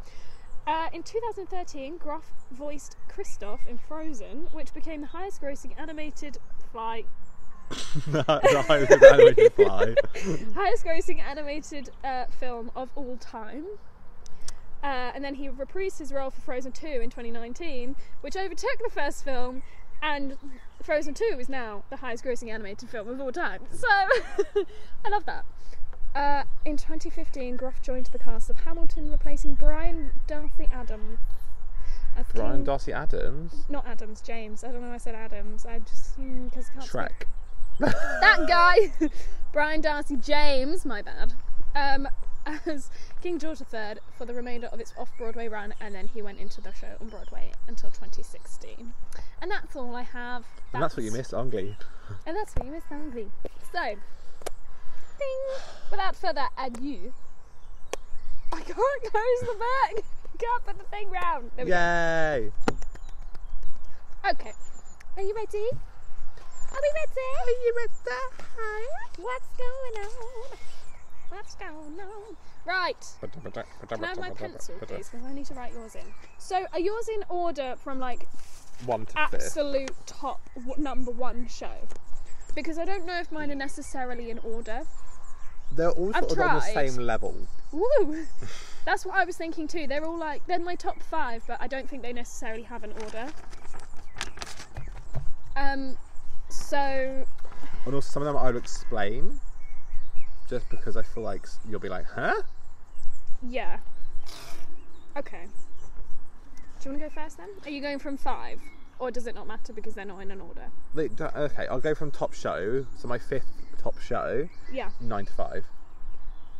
[SPEAKER 1] Uh, in 2013, Groff voiced Kristoff in Frozen, which became the highest grossing animated fly,
[SPEAKER 2] the the high with the animated fly.
[SPEAKER 1] highest grossing animated uh, film of all time. Uh, and then he reprised his role for Frozen 2 in 2019, which overtook the first film, and Frozen 2 is now the highest grossing animated film of all time. So, I love that. Uh, in 2015, Groff joined the cast of Hamilton, replacing Brian Darcy Adams. as
[SPEAKER 2] Brian
[SPEAKER 1] King-
[SPEAKER 2] Darcy Adams.
[SPEAKER 1] Not Adams, James. I don't know why I said Adams. I just. Because I can't speak
[SPEAKER 2] Shrek.
[SPEAKER 1] that guy, Brian Darcy James, my bad, um, as King George III for the remainder of its off Broadway run, and then he went into the show on Broadway until 2016. And that's all I have.
[SPEAKER 2] And that's what you missed on Glee.
[SPEAKER 1] And that's what you missed, Angley. So, ding! Without further ado, I can't close the bag. can't put the thing round. There we go.
[SPEAKER 2] Yay!
[SPEAKER 1] Okay. Are you ready? Are we ready? Are you ready? What's going on? What's going on? Right. Can I have my pencil, please? Because I need to write yours in. So, are yours in order from like
[SPEAKER 2] One to fifth.
[SPEAKER 1] absolute top w- number one show? Because I don't know if mine are necessarily in order.
[SPEAKER 2] They're all
[SPEAKER 1] I've
[SPEAKER 2] sort of on the
[SPEAKER 1] tried.
[SPEAKER 2] same level.
[SPEAKER 1] Woo! That's what I was thinking too. They're all like, they're my top five, but I don't think they necessarily have an order. Um, so
[SPEAKER 2] And also, some of them I'll explain just because I feel like s- you'll be like, huh?
[SPEAKER 1] Yeah. Okay. Do you want to go first then? Are you going from five? Or does it not matter because they're not in an order?
[SPEAKER 2] They don't- Okay, I'll go from top show. So, my fifth top show,
[SPEAKER 1] Yeah.
[SPEAKER 2] 9 to 5.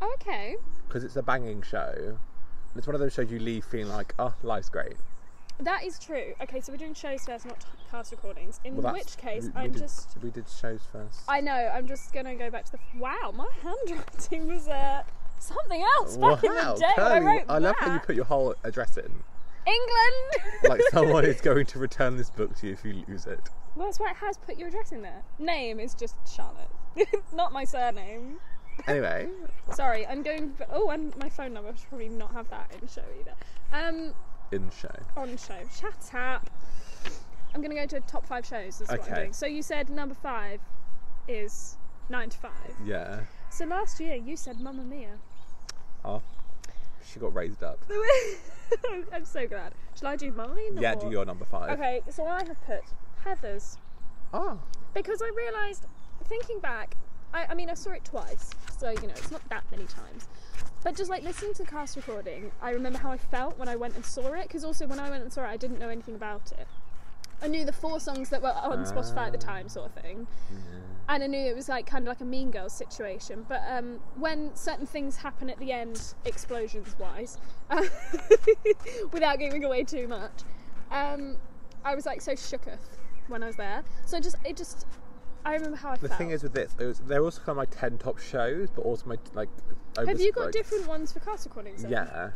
[SPEAKER 1] Oh, okay.
[SPEAKER 2] Because it's a banging show. It's one of those shows you leave feeling like, oh, life's great.
[SPEAKER 1] That is true. Okay, so we're doing shows first, not cast recordings. In
[SPEAKER 2] Well, that's-
[SPEAKER 1] which case,
[SPEAKER 2] we- we
[SPEAKER 1] I'm
[SPEAKER 2] did-
[SPEAKER 1] just.
[SPEAKER 2] We did shows first.
[SPEAKER 1] I know, I'm just going to go back to the. Wow, my handwriting was uh, something else back in the
[SPEAKER 2] Wow,
[SPEAKER 1] day when I
[SPEAKER 2] Curly,
[SPEAKER 1] wrote
[SPEAKER 2] I love how you
[SPEAKER 1] that.
[SPEAKER 2] put your whole address in.
[SPEAKER 1] England!
[SPEAKER 2] Like someone is going to return this book to you if you lose it.
[SPEAKER 1] Well, that's why it has put your address in there. Name is just Charlotte, not my surname.
[SPEAKER 2] Anyway,
[SPEAKER 1] Sorry, I'm going. Oh, and my phone number. I should probably not have that in show either. Um,
[SPEAKER 2] in show.
[SPEAKER 1] on show. Shut up. I'm gonna go to top five shows. Is what I'm
[SPEAKER 2] Okay.
[SPEAKER 1] doing. So you said number five is nine to five.
[SPEAKER 2] Yeah.
[SPEAKER 1] So last year you said Mamma Mia.
[SPEAKER 2] Oh, she got raised up.
[SPEAKER 1] I'm so glad. Shall I do mine?
[SPEAKER 2] Yeah,
[SPEAKER 1] or-
[SPEAKER 2] do your number five.
[SPEAKER 1] Okay, so I have put Heathers.
[SPEAKER 2] Ah,
[SPEAKER 1] Because I realised, thinking back, I, I mean, I saw it twice, so you know, it's not that many times. But just like listening to the cast recording, I remember how I felt when I went and saw it, because also when I went and saw it, I didn't know anything about it. I knew the four songs that were on Spotify at the time, sort of thing. And I knew it was like kind of like a Mean Girls situation, but um, when certain things happen at the end, explosions-wise, without giving away too much, um, I was like so shooketh when I was there. So I just, it just, I remember how I
[SPEAKER 2] the
[SPEAKER 1] felt.
[SPEAKER 2] thing is with this, it was, they're also kind of my ten top shows, but also my like.
[SPEAKER 1] Have you got
[SPEAKER 2] like-
[SPEAKER 1] different ones for cast recordings? then?
[SPEAKER 2] Yeah,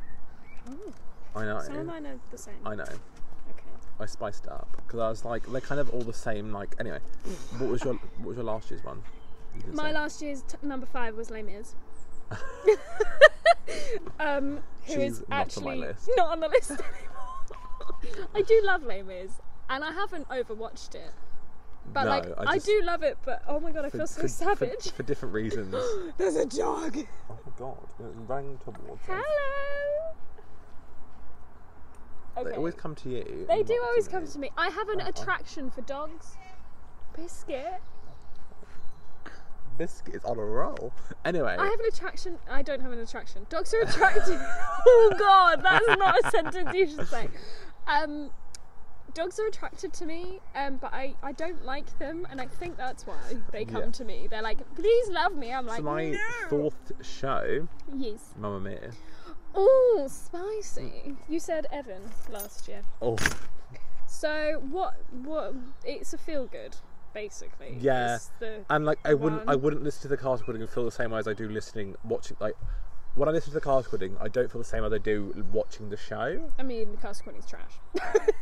[SPEAKER 1] Oh,
[SPEAKER 2] I know.
[SPEAKER 1] some of mine are the same.
[SPEAKER 2] I know.
[SPEAKER 1] Okay.
[SPEAKER 2] I spiced it up because I was like, they're kind of all the same. Like, anyway, what was your what was your last year's one? You didn't
[SPEAKER 1] My
[SPEAKER 2] say.
[SPEAKER 1] last year's t- number five was Les Mis. um, who is
[SPEAKER 2] She's not on my
[SPEAKER 1] actually
[SPEAKER 2] list.
[SPEAKER 1] not on the list anymore. I do love Les Mis, and I haven't overwatched it. But
[SPEAKER 2] No,
[SPEAKER 1] like,
[SPEAKER 2] I
[SPEAKER 1] I,
[SPEAKER 2] just-
[SPEAKER 1] do love it. But oh my god, I
[SPEAKER 2] for-
[SPEAKER 1] feel so
[SPEAKER 2] for- for-
[SPEAKER 1] savage.
[SPEAKER 2] for different reasons. oh
[SPEAKER 1] There's a dog.
[SPEAKER 2] my god, it rang towards us.
[SPEAKER 1] Hello. Okay.
[SPEAKER 2] They always come to you.
[SPEAKER 1] They
[SPEAKER 2] and
[SPEAKER 1] do
[SPEAKER 2] not
[SPEAKER 1] always come to me. I have an
[SPEAKER 2] Uh-uh.
[SPEAKER 1] attraction for dogs. Biscuit.
[SPEAKER 2] Biscuits on a roll. Anyway,
[SPEAKER 1] I have an attraction. I don't have an attraction. Dogs are attracted. oh God, that's not a sentence you should say. Um, dogs are attracted to me, um, but I, I don't like them, and I think that's why they come
[SPEAKER 2] Yeah.
[SPEAKER 1] to me. They're like, please love me. I'm like,
[SPEAKER 2] so my
[SPEAKER 1] no.
[SPEAKER 2] fourth show,
[SPEAKER 1] Yes.
[SPEAKER 2] Mamma Mia.
[SPEAKER 1] Oh, spicy. You said Evan last year.
[SPEAKER 2] Oh,
[SPEAKER 1] So what? What? It's a feel good, basically.
[SPEAKER 2] Yeah.
[SPEAKER 1] It's the-
[SPEAKER 2] and like I wouldn't,
[SPEAKER 1] One.
[SPEAKER 2] I wouldn't listen to the cast recording and feel the same way as I do listening, watching. Like when I listen to the cast recording, I don't feel the same as I do watching the show.
[SPEAKER 1] I mean, the cast recording's trash.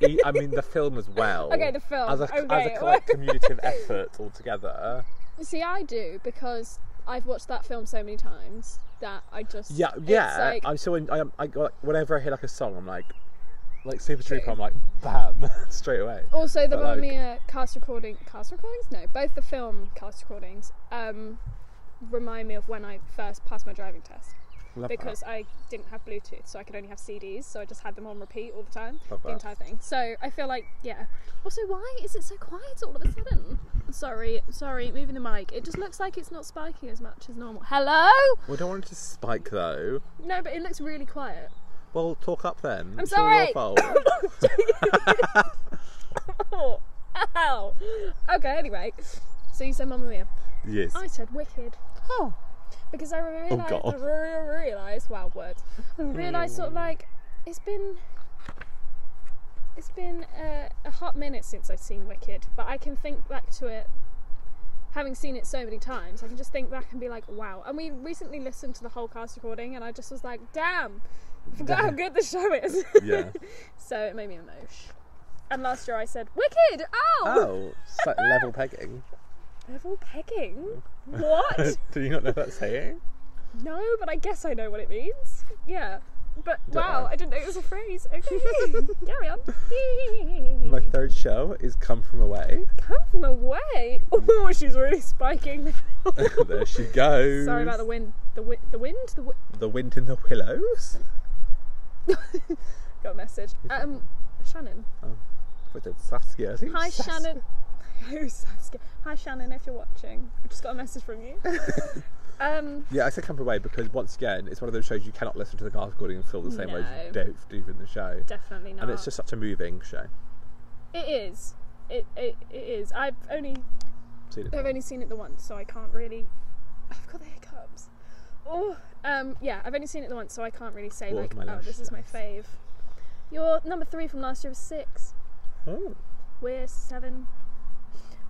[SPEAKER 2] E- I mean the film as well.
[SPEAKER 1] Okay, the film.
[SPEAKER 2] As a, as
[SPEAKER 1] Okay.
[SPEAKER 2] a like, commutative effort altogether.
[SPEAKER 1] See, I do because I've watched that film so many times that I just
[SPEAKER 2] Yeah,
[SPEAKER 1] it's
[SPEAKER 2] yeah.
[SPEAKER 1] like,
[SPEAKER 2] I'm still. In, I, am- I got whenever I hear like a song, I'm like, like Super
[SPEAKER 1] True.
[SPEAKER 2] Trooper. I'm like, bam, straight away.
[SPEAKER 1] also the
[SPEAKER 2] but, like-
[SPEAKER 1] Mamma Mia cast recording, cast recordings? No, both the film cast recordings um, remind me of when I first passed my driving test
[SPEAKER 2] Love that.
[SPEAKER 1] because I didn't have Bluetooth, so I could only have CDs, so I just had them on repeat all the time,
[SPEAKER 2] Love
[SPEAKER 1] the
[SPEAKER 2] that.
[SPEAKER 1] entire thing. So I feel like yeah. Also, why is it so quiet all of a sudden? Sorry, sorry, moving the mic. It just looks like it's not spiking as much as normal. Hello?
[SPEAKER 2] we don't want it to spike though.
[SPEAKER 1] No, but it looks really quiet.
[SPEAKER 2] Well, talk up then.
[SPEAKER 1] I'm
[SPEAKER 2] It's all
[SPEAKER 1] sorry.
[SPEAKER 2] your fault.
[SPEAKER 1] Oh, ow. Okay, anyway. So you said Mamma Mia.
[SPEAKER 2] yes.
[SPEAKER 1] I said Wicked.
[SPEAKER 2] Oh.
[SPEAKER 1] Because I realised,
[SPEAKER 2] God. Hmm.
[SPEAKER 1] I re- realised, wow, words. Realised sort of like, it's been, it's been a, a hot minute since I've seen Wicked. But I can think back to it, having seen it so many times, I can just think back and be like, wow. And we recently listened to the whole cast recording and I just was like, damn, I forgot how good the show is.
[SPEAKER 2] Yeah.
[SPEAKER 1] So it made me emosh. And last year I said, Wicked! Ow!
[SPEAKER 2] Oh, it's like level pegging.
[SPEAKER 1] Level pegging? What?
[SPEAKER 2] Do you not know that saying?
[SPEAKER 1] no, but I guess I know what it means. Yeah. But
[SPEAKER 2] Don't
[SPEAKER 1] wow,
[SPEAKER 2] worry.
[SPEAKER 1] I didn't know it was a phrase. Okay. Carry on.
[SPEAKER 2] My third show is Come From Away.
[SPEAKER 1] Come from away. Oh, she's really spiking.
[SPEAKER 2] there she goes.
[SPEAKER 1] Sorry about the wind. The, wi- the wind? The wi-
[SPEAKER 2] The wind in the willows.
[SPEAKER 1] Got a message. Um, Shannon.
[SPEAKER 2] With the Saskia. I think
[SPEAKER 1] Hi,
[SPEAKER 2] Sas-
[SPEAKER 1] Shannon. Who's Saskia? Hi, Shannon, if you're watching. I just got a message from you. um,
[SPEAKER 2] Yeah, I said Come From Away because once again, it's one of those shows you cannot listen to the cast recording and feel the same way as you
[SPEAKER 1] No.
[SPEAKER 2] don't do in the show.
[SPEAKER 1] definitely not.
[SPEAKER 2] And it's just such a moving show.
[SPEAKER 1] It is. It, it, it is. I've only
[SPEAKER 2] Seen it
[SPEAKER 1] I've only seen it the once, so I can't really. I've got the hiccups. Oh, um, yeah. I've only seen it the once, so I can't really say
[SPEAKER 2] What was
[SPEAKER 1] like,
[SPEAKER 2] my
[SPEAKER 1] oh, this is my
[SPEAKER 2] last
[SPEAKER 1] fave. Your number three from last year was six.
[SPEAKER 2] Oh.
[SPEAKER 1] We're seven.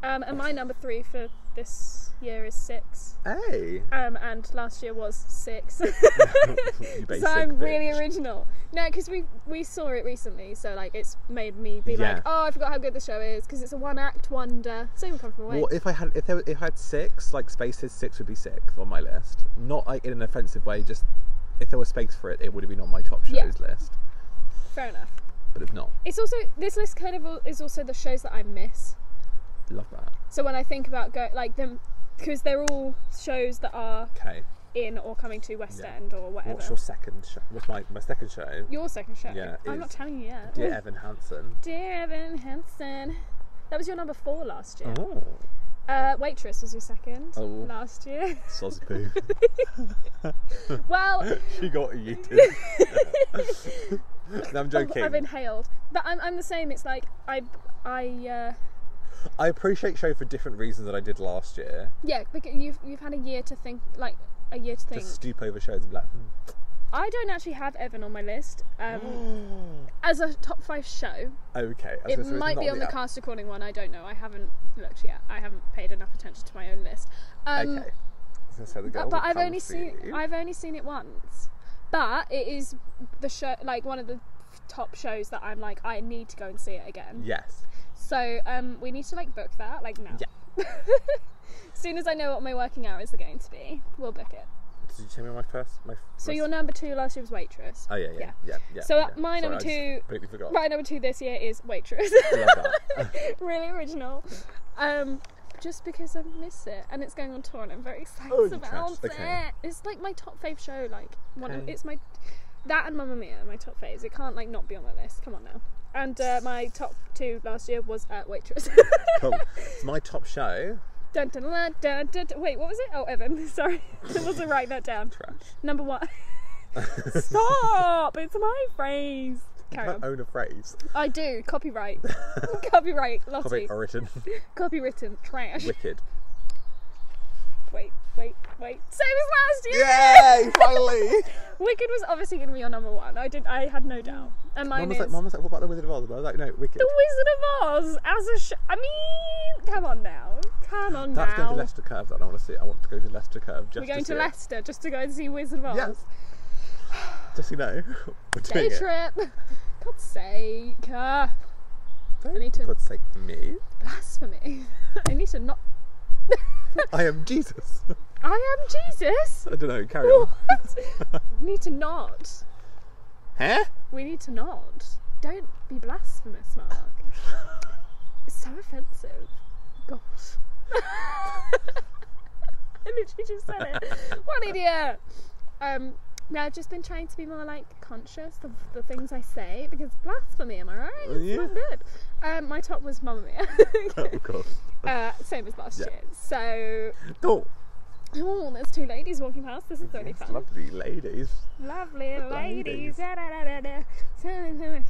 [SPEAKER 1] Um, and my number three for this year is six.
[SPEAKER 2] Hey.
[SPEAKER 1] Um, and last year was six.
[SPEAKER 2] you basic
[SPEAKER 1] so I'm really
[SPEAKER 2] bitch.
[SPEAKER 1] original. No, because we we saw it recently, so like it's made me be
[SPEAKER 2] Yeah.
[SPEAKER 1] like, oh, I forgot how good the show is because it's a one act wonder. Same come from away.
[SPEAKER 2] Well, if I had if there, if I had six, like spaces, six would be sixth on my list. Not like in an offensive way. Just if there was space for it, it would have been on my top shows
[SPEAKER 1] Yeah.
[SPEAKER 2] list.
[SPEAKER 1] Fair enough.
[SPEAKER 2] But it's not.
[SPEAKER 1] It's also this list kind of al- is also the shows that I miss.
[SPEAKER 2] Love that.
[SPEAKER 1] So when I think about go like them, because they're all shows that are
[SPEAKER 2] Okay.
[SPEAKER 1] in or coming to West
[SPEAKER 2] Yeah.
[SPEAKER 1] End or whatever.
[SPEAKER 2] What's your second? Show? What's my my second show?
[SPEAKER 1] Your second show?
[SPEAKER 2] Yeah,
[SPEAKER 1] I'm
[SPEAKER 2] is
[SPEAKER 1] not telling you yet.
[SPEAKER 2] Dear Evan Hansen.
[SPEAKER 1] Dear Evan Hansen. That was your number four last year.
[SPEAKER 2] Oh,
[SPEAKER 1] Uh, Waitress was your second
[SPEAKER 2] Oh.
[SPEAKER 1] last year.
[SPEAKER 2] soz boo.
[SPEAKER 1] well,
[SPEAKER 2] she got yeeted. no, I'm
[SPEAKER 1] I've,
[SPEAKER 2] joking.
[SPEAKER 1] I've inhaled, but I'm, I'm the same. It's like I I uh,
[SPEAKER 2] I appreciate show for different reasons that I did last year.
[SPEAKER 1] yeah. Because you've you've had a year to think, like a year to think.
[SPEAKER 2] Just stoop over shows and be like, "Hmm."
[SPEAKER 1] I don't actually have Evan on my list um, as a top five show.
[SPEAKER 2] "Hmm." okay. Mm. I was
[SPEAKER 1] It
[SPEAKER 2] gonna say, it's
[SPEAKER 1] might be
[SPEAKER 2] not
[SPEAKER 1] on the
[SPEAKER 2] app.
[SPEAKER 1] cast recording one. I don't know. I haven't looked yet. I haven't paid enough attention to my own list. Um,
[SPEAKER 2] okay. I was gonna say the
[SPEAKER 1] Uh,
[SPEAKER 2] girl
[SPEAKER 1] but
[SPEAKER 2] that
[SPEAKER 1] I've
[SPEAKER 2] comes
[SPEAKER 1] only
[SPEAKER 2] for
[SPEAKER 1] seen
[SPEAKER 2] you.
[SPEAKER 1] I've only seen it once. But it is the show like one of the top shows that I'm like I need to go and see it again.
[SPEAKER 2] Yes.
[SPEAKER 1] So um, we need to like book that like now. as soon as I know what my working hours are going to be, we'll book it.
[SPEAKER 2] Did you tell me my first? My
[SPEAKER 1] So
[SPEAKER 2] my-
[SPEAKER 1] your number two last year was waitress.
[SPEAKER 2] Oh yeah, yeah,
[SPEAKER 1] yeah.
[SPEAKER 2] yeah, yeah.
[SPEAKER 1] So, uh,
[SPEAKER 2] yeah.
[SPEAKER 1] my number
[SPEAKER 2] Sorry, I
[SPEAKER 1] two-
[SPEAKER 2] just completely forgot.
[SPEAKER 1] My number two this year is waitress.
[SPEAKER 2] I love that.
[SPEAKER 1] really original. Um, just because I miss it and it's going on tour and I'm very excited
[SPEAKER 2] Oh, you
[SPEAKER 1] about
[SPEAKER 2] trashed, okay.
[SPEAKER 1] it. It's like my top fave show. Like one of
[SPEAKER 2] Okay.
[SPEAKER 1] it's my that and Mamma Mia are my top faves. It can't like not be on my list. Come on now. And uh, my top two last year was uh, waitress.
[SPEAKER 2] cool. It's my top show.
[SPEAKER 1] dun, dun, dun, dun, dun, dun. Wait, what was it? Oh, Evan. Sorry, I wasn't writing that down.
[SPEAKER 2] Trash.
[SPEAKER 1] Number one. Stop! It's my phrase. Carry
[SPEAKER 2] I
[SPEAKER 1] on.
[SPEAKER 2] own a phrase.
[SPEAKER 1] I do. Copyright. Copyright. Lottie.
[SPEAKER 2] Copy written.
[SPEAKER 1] Copywritten. Trash.
[SPEAKER 2] Wicked.
[SPEAKER 1] Wait, wait, wait. Same as last year.
[SPEAKER 2] Yay! Finally.
[SPEAKER 1] Wicked was obviously going to be your number one. I did. I had no doubt. And mine
[SPEAKER 2] Mum was
[SPEAKER 1] is
[SPEAKER 2] like, Mum was like, what about the Wizard of Oz? And I was like, no, Wicked.
[SPEAKER 1] The Wizard of Oz as a show. I mean, come on now. Come on
[SPEAKER 2] That's going
[SPEAKER 1] now.
[SPEAKER 2] to Leicester Curve. That I want to see. I want to go to Leicester Curve. Just
[SPEAKER 1] We're going
[SPEAKER 2] to,
[SPEAKER 1] to
[SPEAKER 2] see it.
[SPEAKER 1] Leicester just to go and see Wizard of Oz.
[SPEAKER 2] Yes. Just so you know, we're
[SPEAKER 1] Day
[SPEAKER 2] doing it.
[SPEAKER 1] trip. God's sake. Ah,
[SPEAKER 2] Don't,
[SPEAKER 1] need to-
[SPEAKER 2] for God's sake, me.
[SPEAKER 1] blasphemy. I need to not.
[SPEAKER 2] I am Jesus.
[SPEAKER 1] I am Jesus.
[SPEAKER 2] I don't know. Carry on.
[SPEAKER 1] What? need to not.
[SPEAKER 2] Huh?
[SPEAKER 1] We need to not. Don't be blasphemous, Mark. It's so offensive. Gosh. I literally just said it. What an idiot. Um, no, I've just been trying to be more like conscious of the things I say because blasphemy, am I right? It's
[SPEAKER 2] Yeah.
[SPEAKER 1] not good. Um, my top was Mamma Mia.
[SPEAKER 2] of course.
[SPEAKER 1] uh, same as last
[SPEAKER 2] Yeah.
[SPEAKER 1] year. So,
[SPEAKER 2] Oh,
[SPEAKER 1] oh, there's two ladies walking past. This is really
[SPEAKER 2] yes,
[SPEAKER 1] fun.
[SPEAKER 2] lovely ladies.
[SPEAKER 1] Lovely ladies.
[SPEAKER 2] Ladies.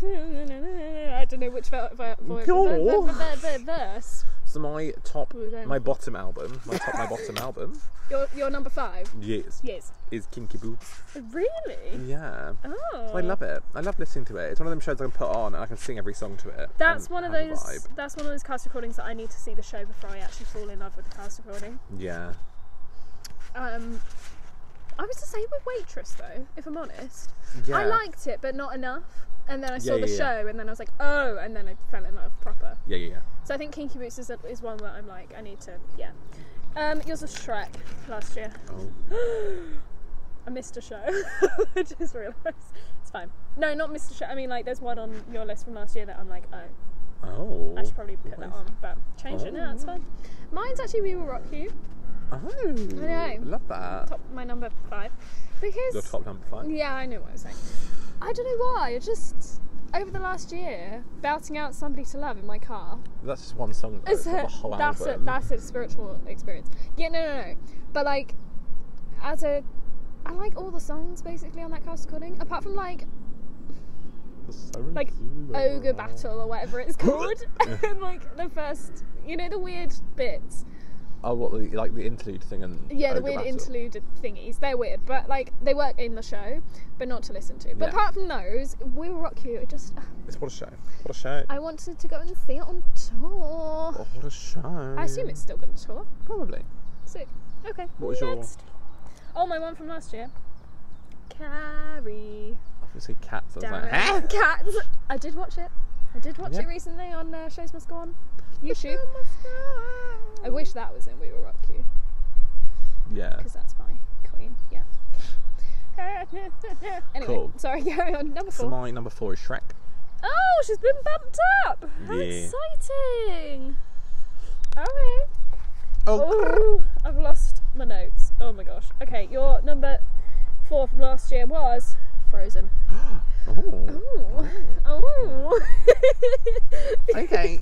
[SPEAKER 1] I don't know which ver- ver- ver-
[SPEAKER 2] Go.
[SPEAKER 1] ver- ver- ver- verse.
[SPEAKER 2] So my top,
[SPEAKER 1] Ooh, don't-
[SPEAKER 2] my bottom album, my top, my bottom album,
[SPEAKER 1] Your, your number five.
[SPEAKER 2] yes,
[SPEAKER 1] Yes.
[SPEAKER 2] is Kinky Boots.
[SPEAKER 1] Really?
[SPEAKER 2] Yeah.
[SPEAKER 1] Oh.
[SPEAKER 2] I love it. I love listening to it. It's one of them shows I can put on and I can sing every song to it.
[SPEAKER 1] That's
[SPEAKER 2] and
[SPEAKER 1] one of
[SPEAKER 2] have a
[SPEAKER 1] those. That's one of those cast recordings that I need to see the show before I actually fall in love with the cast recording.
[SPEAKER 2] vibe. Yeah.
[SPEAKER 1] Um, I was the same with Waitress though, if I'm honest.
[SPEAKER 2] Yeah.
[SPEAKER 1] I liked it, but not enough. And then I saw
[SPEAKER 2] Yeah,
[SPEAKER 1] the
[SPEAKER 2] yeah, yeah.
[SPEAKER 1] show, and then I was like, oh, and then I fell in love proper.
[SPEAKER 2] Yeah, yeah, yeah.
[SPEAKER 1] So I think Kinky Boots is, is one that I'm like, I need to, yeah. Um, yours was Shrek last year.
[SPEAKER 2] Oh.
[SPEAKER 1] I missed a show. I just realised. It's fine. No, not missed a show. I mean, like, there's one on your list from last year that I'm like, oh,
[SPEAKER 2] Oh.
[SPEAKER 1] I should probably put that
[SPEAKER 2] Nice.
[SPEAKER 1] on, but change it now. It's fine. Mine's actually We Will Rock You,
[SPEAKER 2] Oh.
[SPEAKER 1] I know.
[SPEAKER 2] Love that.
[SPEAKER 1] top my number five, because
[SPEAKER 2] Your top number five.
[SPEAKER 1] yeah, I know what I was saying. I don't know why. I just over the last year belting out somebody to love in my car.
[SPEAKER 2] That's just one song. Though.
[SPEAKER 1] It's
[SPEAKER 2] It's not
[SPEAKER 1] a-
[SPEAKER 2] the whole
[SPEAKER 1] that's
[SPEAKER 2] album.
[SPEAKER 1] a that's a spiritual experience. Yeah, no, no, no. But like, as a, I like all the songs basically on that cast recording, apart from like
[SPEAKER 2] So
[SPEAKER 1] like,
[SPEAKER 2] good.
[SPEAKER 1] Ogre Battle or whatever it's called, and like the first, you know, the weird bits.
[SPEAKER 2] Oh, what the like the interlude thing and
[SPEAKER 1] Yeah, the
[SPEAKER 2] Ogre
[SPEAKER 1] weird
[SPEAKER 2] Battle.
[SPEAKER 1] interlude thingies. They're weird, but like they work in the show, but not to listen to. But
[SPEAKER 2] Yeah.
[SPEAKER 1] apart from those, We Will Rock You. It just,
[SPEAKER 2] It's what a show. What a show.
[SPEAKER 1] I wanted to go and see it on tour.
[SPEAKER 2] Oh, what a show.
[SPEAKER 1] I assume it's still going to tour.
[SPEAKER 2] probably.
[SPEAKER 1] Sick. Okay.
[SPEAKER 2] What was your-
[SPEAKER 1] next? Oh, my one from last year. Carrie.
[SPEAKER 2] Obviously, cats. I was
[SPEAKER 1] Darren.
[SPEAKER 2] like, huh?
[SPEAKER 1] Cats. I did watch it. I did watch
[SPEAKER 2] Yeah.
[SPEAKER 1] it recently on uh, Shows Must Go On YouTube. I wish that was in We Will Rock You
[SPEAKER 2] Yeah.
[SPEAKER 1] because that's my queen. Yeah. anyway,
[SPEAKER 2] Cool.
[SPEAKER 1] sorry, carry on. Number
[SPEAKER 2] So
[SPEAKER 1] four.
[SPEAKER 2] my number four is Shrek.
[SPEAKER 1] Oh, she's been bumped up. How
[SPEAKER 2] Yeah.
[SPEAKER 1] exciting. Alright.
[SPEAKER 2] Oh.
[SPEAKER 1] Oh, I've lost my notes. Oh my gosh. Okay, your number four from last year was Frozen.
[SPEAKER 2] Ooh.
[SPEAKER 1] Ooh. Oh.
[SPEAKER 2] Okay.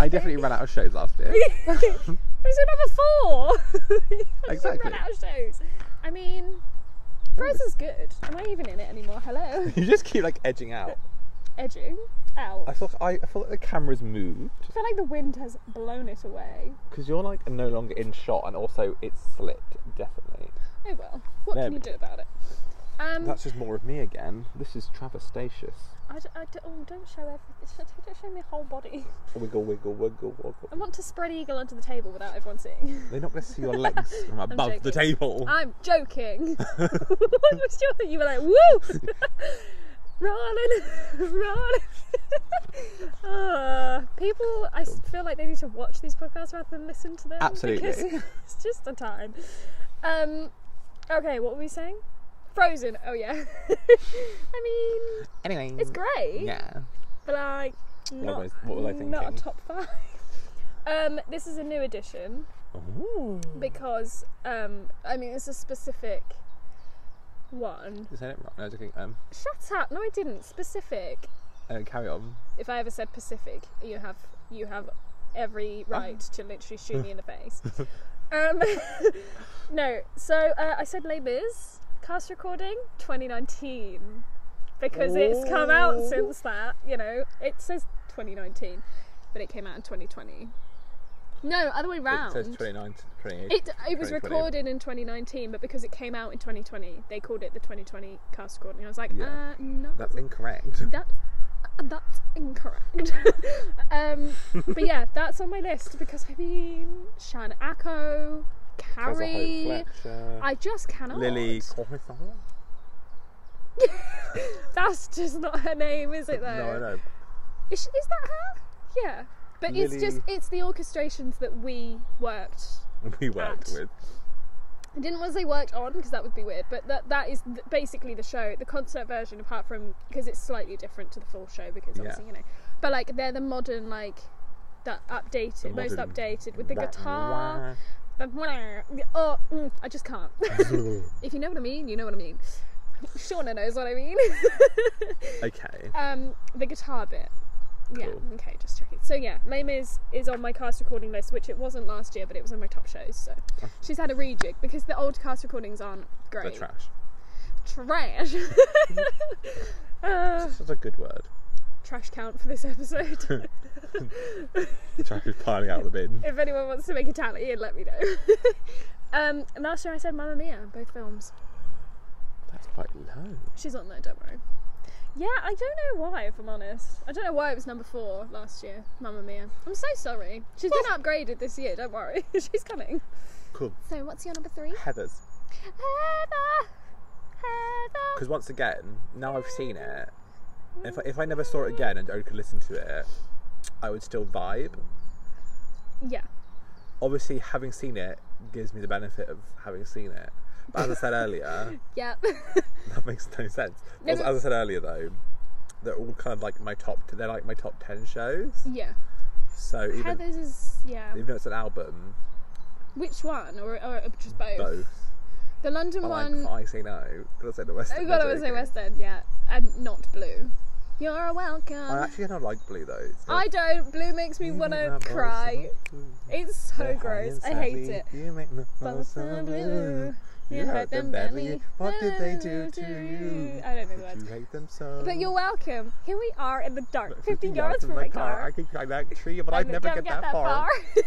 [SPEAKER 2] I definitely ran out of shows last year.
[SPEAKER 1] Episode number four. I just
[SPEAKER 2] Exactly.
[SPEAKER 1] Run out of shows. I mean, Frozen's good. Am I even in it anymore? Hello.
[SPEAKER 2] You just keep like edging out.
[SPEAKER 1] Edging out.
[SPEAKER 2] I feel I, I feel like the camera's moved
[SPEAKER 1] I feel like the wind has blown it away.
[SPEAKER 2] because you're like no longer in shot, and also it's slipped definitely.
[SPEAKER 1] Oh well. What
[SPEAKER 2] No,
[SPEAKER 1] can you
[SPEAKER 2] but-
[SPEAKER 1] do about it? Um,
[SPEAKER 2] That's just more of me again. This is travestatious.
[SPEAKER 1] I d- I d- oh, don't show everything. Don't show me whole body.
[SPEAKER 2] Wiggle, wiggle, wiggle,
[SPEAKER 1] I
[SPEAKER 2] wiggle.
[SPEAKER 1] want to spread eagle onto the table without everyone seeing.
[SPEAKER 2] They're not going to see your legs from above the
[SPEAKER 1] joking. Uh,
[SPEAKER 2] table.
[SPEAKER 1] I'm joking. I was sure that you were like, woo! rolling, rolling. Ah, people, I s- feel like they need to watch these podcasts rather than listen to them.
[SPEAKER 2] Absolutely.
[SPEAKER 1] because It's just a time. Um, okay, what were we saying? Frozen. Oh, yeah. I mean,
[SPEAKER 2] Anyway.
[SPEAKER 1] it's great.
[SPEAKER 2] Yeah.
[SPEAKER 1] but like not,
[SPEAKER 2] was- what was I
[SPEAKER 1] not a
[SPEAKER 2] thinking?
[SPEAKER 1] top five. Um, this is a new edition
[SPEAKER 2] Ooh.
[SPEAKER 1] because um, I mean it's a specific one.
[SPEAKER 2] Is that it? Right. No, I was thinking, um,
[SPEAKER 1] Shut up! No, I didn't. Specific.
[SPEAKER 2] uh, carry on.
[SPEAKER 1] If I ever said Pacific, you have you have every
[SPEAKER 2] Ah.
[SPEAKER 1] right to literally shoot me in the face. Um, no, so uh, I said Les Mis cast recording 2019 because it's come out
[SPEAKER 2] Ooh.
[SPEAKER 1] since that. You know, it says 2019, but it came out in 2020. No, other way round.
[SPEAKER 2] It says 29 to 28.
[SPEAKER 1] It, it was
[SPEAKER 2] 2020.
[SPEAKER 1] recorded in 2019, but because it came out in 2020, they called it the 2020 cast recording. I was like,
[SPEAKER 2] Yeah.
[SPEAKER 1] uh, no,
[SPEAKER 2] That's incorrect.
[SPEAKER 1] that's uh, that's incorrect. um, but yeah, that's on my list because I mean, Shan Ako,
[SPEAKER 2] There's a Hope
[SPEAKER 1] Carrie.
[SPEAKER 2] Fletcher.
[SPEAKER 1] I just cannot.
[SPEAKER 2] Lily Cornison.
[SPEAKER 1] That's just not her name, is it?
[SPEAKER 2] No,
[SPEAKER 1] Though.
[SPEAKER 2] I know.
[SPEAKER 1] Is, she, is that her? Yeah. But it's just
[SPEAKER 2] Lily-
[SPEAKER 1] it's the orchestrations that we worked.
[SPEAKER 2] We worked
[SPEAKER 1] At.
[SPEAKER 2] with.
[SPEAKER 1] I didn't want to say worked on because that would be weird, but that that is th- basically the show, the concert version, apart from because it's slightly different to the full show because
[SPEAKER 2] Yeah.
[SPEAKER 1] obviously you know. But like they're the modern like that updated,
[SPEAKER 2] The
[SPEAKER 1] most
[SPEAKER 2] modern
[SPEAKER 1] updated with the
[SPEAKER 2] Wah-
[SPEAKER 1] guitar. But wah, oh, mm, I just can't.
[SPEAKER 2] wah.
[SPEAKER 1] if you know what I mean, you know what I mean. Shauna knows what I mean.
[SPEAKER 2] okay.
[SPEAKER 1] um, the guitar bit. Yeah.
[SPEAKER 2] Cool.
[SPEAKER 1] Okay. Just checking. So yeah, Les Mis is on my cast recording list, which it wasn't last year, but it was on my top shows. So
[SPEAKER 2] Oh.
[SPEAKER 1] she's had a rejig because the old cast recordings aren't
[SPEAKER 2] The
[SPEAKER 1] great.
[SPEAKER 2] trash.
[SPEAKER 1] Trash. Uh,
[SPEAKER 2] That's a good word.
[SPEAKER 1] trash count for this episode.
[SPEAKER 2] Trash is piling out of the bin.
[SPEAKER 1] if anyone wants to make a tally, let me know. um, and last year I said Mamma Mia, both films.
[SPEAKER 2] That's quite low.
[SPEAKER 1] She's on there, don't worry. Yeah, I don't know why, if I'm honest. I don't know why it was number four last year, Mamma Mia. I'm so sorry. She's been upgraded this year, don't worry. She's coming.
[SPEAKER 2] Cool.
[SPEAKER 1] So, what's your number three?
[SPEAKER 2] Heathers.
[SPEAKER 1] Heather! Heather!
[SPEAKER 2] Because once again, now I've seen it. If I, if I never saw it again and only could listen to it, I would still vibe.
[SPEAKER 1] Yeah.
[SPEAKER 2] Obviously, having seen it gives me the benefit of having seen it. But as I said earlier,
[SPEAKER 1] Yeah.
[SPEAKER 2] that makes no sense.
[SPEAKER 1] No,
[SPEAKER 2] Also,
[SPEAKER 1] but-
[SPEAKER 2] as I said earlier, though, they're all kind of like my top. They're like my top ten shows.
[SPEAKER 1] yeah.
[SPEAKER 2] So even
[SPEAKER 1] Heather's is, yeah.
[SPEAKER 2] even though it's an album,
[SPEAKER 1] Which one? Or, or just both?
[SPEAKER 2] both.
[SPEAKER 1] The London
[SPEAKER 2] I like
[SPEAKER 1] one.
[SPEAKER 2] I say no. Because I say the West.
[SPEAKER 1] Oh
[SPEAKER 2] End,
[SPEAKER 1] god,
[SPEAKER 2] no
[SPEAKER 1] I was in
[SPEAKER 2] joking.
[SPEAKER 1] West End, yeah. And not blue. You're welcome.
[SPEAKER 2] I
[SPEAKER 1] I,
[SPEAKER 2] actually don't like blue though. It's like-
[SPEAKER 1] don't. Blue makes me
[SPEAKER 2] You
[SPEAKER 1] want
[SPEAKER 2] make
[SPEAKER 1] to
[SPEAKER 2] my balls
[SPEAKER 1] cry.
[SPEAKER 2] so blue.
[SPEAKER 1] It's so
[SPEAKER 2] They're high
[SPEAKER 1] gross. I
[SPEAKER 2] and
[SPEAKER 1] hate
[SPEAKER 2] saggy.
[SPEAKER 1] it.
[SPEAKER 2] You make my balls so
[SPEAKER 1] Balls are
[SPEAKER 2] blue.
[SPEAKER 1] blue. You hurt them badly.
[SPEAKER 2] What did they do to you?
[SPEAKER 1] I don't know the
[SPEAKER 2] Did
[SPEAKER 1] words.
[SPEAKER 2] you hate them so?
[SPEAKER 1] But you're welcome. Here we are in the dark, 50
[SPEAKER 2] 50
[SPEAKER 1] yards from my car.
[SPEAKER 2] I could climb that tree, but
[SPEAKER 1] I
[SPEAKER 2] I'd never
[SPEAKER 1] don't
[SPEAKER 2] get, that, far.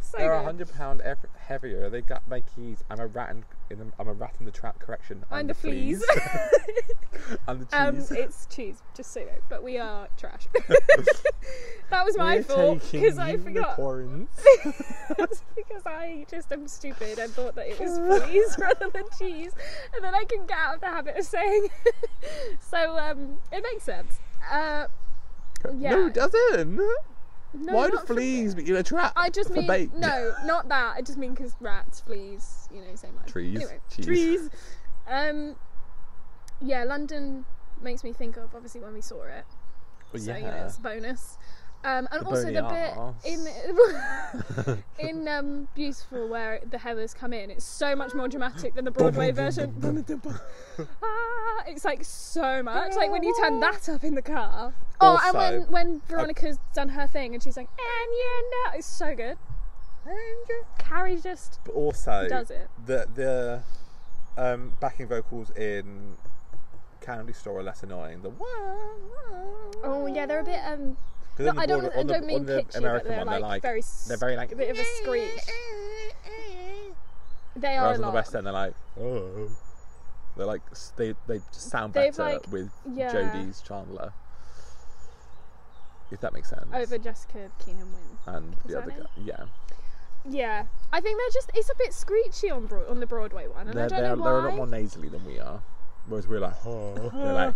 [SPEAKER 1] so
[SPEAKER 2] They're a
[SPEAKER 1] good.
[SPEAKER 2] hundred pound eff- heavier. They got my keys. I'm a rat in, in the, I'm a rat in the trap. Correction. I'm,
[SPEAKER 1] I'm the fleas.
[SPEAKER 2] I'm the
[SPEAKER 1] um,
[SPEAKER 2] cheese.
[SPEAKER 1] it's cheese, just so you know. But we are trash. that was my
[SPEAKER 2] We're
[SPEAKER 1] fault
[SPEAKER 2] taking
[SPEAKER 1] because I forgot.
[SPEAKER 2] unicorns.
[SPEAKER 1] That's because I just am stupid and thought that it was fleas rather than cheese, and then I can get out of the habit of saying. so um, it makes sense. Uh, yeah.
[SPEAKER 2] No, it doesn't.
[SPEAKER 1] no,
[SPEAKER 2] Why do
[SPEAKER 1] not fle-
[SPEAKER 2] fleas be in a trap?
[SPEAKER 1] I just
[SPEAKER 2] for
[SPEAKER 1] mean
[SPEAKER 2] bait?
[SPEAKER 1] no, not that. I just mean because rats, fleas, you know, same line.
[SPEAKER 2] Trees,
[SPEAKER 1] Anyway,
[SPEAKER 2] cheese.
[SPEAKER 1] trees. Um, yeah, London makes me think of obviously when we saw it.
[SPEAKER 2] Well,
[SPEAKER 1] So you know,
[SPEAKER 2] yeah.
[SPEAKER 1] it's a bonus. Um, and
[SPEAKER 2] The
[SPEAKER 1] also the
[SPEAKER 2] bony
[SPEAKER 1] bit
[SPEAKER 2] arse.
[SPEAKER 1] in in um, Beautiful where the heathers come in, it's so much more dramatic than the Broadway version. ah, it's like so much. Like when you turn that up in the car. Oh, and
[SPEAKER 2] Also-
[SPEAKER 1] when when Veronica's done her thing and she's like, and you know, it's so good. Carrie just
[SPEAKER 2] But also,
[SPEAKER 1] Does it?
[SPEAKER 2] the the um, backing vocals in Candy Store are less annoying. The
[SPEAKER 1] oh yeah, they're a bit um.
[SPEAKER 2] 'Cause
[SPEAKER 1] No,
[SPEAKER 2] on the
[SPEAKER 1] I don't.
[SPEAKER 2] border-
[SPEAKER 1] I
[SPEAKER 2] on the-
[SPEAKER 1] don't mean
[SPEAKER 2] on the
[SPEAKER 1] pitchy, but
[SPEAKER 2] American
[SPEAKER 1] they're,
[SPEAKER 2] one,
[SPEAKER 1] like, very. s-
[SPEAKER 2] they're very like
[SPEAKER 1] a bit of a screech. They are
[SPEAKER 2] Whereas
[SPEAKER 1] a
[SPEAKER 2] on the
[SPEAKER 1] lot.
[SPEAKER 2] West End, they're like oh, they're like s- they they just sound
[SPEAKER 1] They've,
[SPEAKER 2] better
[SPEAKER 1] like-
[SPEAKER 2] with
[SPEAKER 1] yeah.
[SPEAKER 2] Jodie's Chandler. If that makes sense.
[SPEAKER 1] over Jessica Keenan Wynn.
[SPEAKER 2] and
[SPEAKER 1] is
[SPEAKER 2] the
[SPEAKER 1] that
[SPEAKER 2] other
[SPEAKER 1] her
[SPEAKER 2] guy, yeah,
[SPEAKER 1] Yeah, I think they're just. It's a bit screechy on Broad, on the Broadway one, and
[SPEAKER 2] they're
[SPEAKER 1] I don't
[SPEAKER 2] they're,
[SPEAKER 1] know why.
[SPEAKER 2] they're a lot more nasally than we are. Whereas we're like, oh, they're like,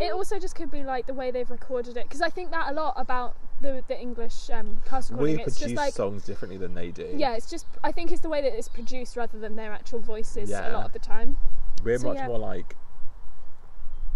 [SPEAKER 1] It also just could be like the way they've recorded it, because I think that a lot about the the English um, cast recording.
[SPEAKER 2] we
[SPEAKER 1] it's
[SPEAKER 2] produce
[SPEAKER 1] just like
[SPEAKER 2] songs differently than they do.
[SPEAKER 1] yeah, it's just I think it's the way that it's produced rather than their actual voices a
[SPEAKER 2] Yeah.
[SPEAKER 1] lot of the time.
[SPEAKER 2] We're
[SPEAKER 1] So,
[SPEAKER 2] much
[SPEAKER 1] yeah.
[SPEAKER 2] more like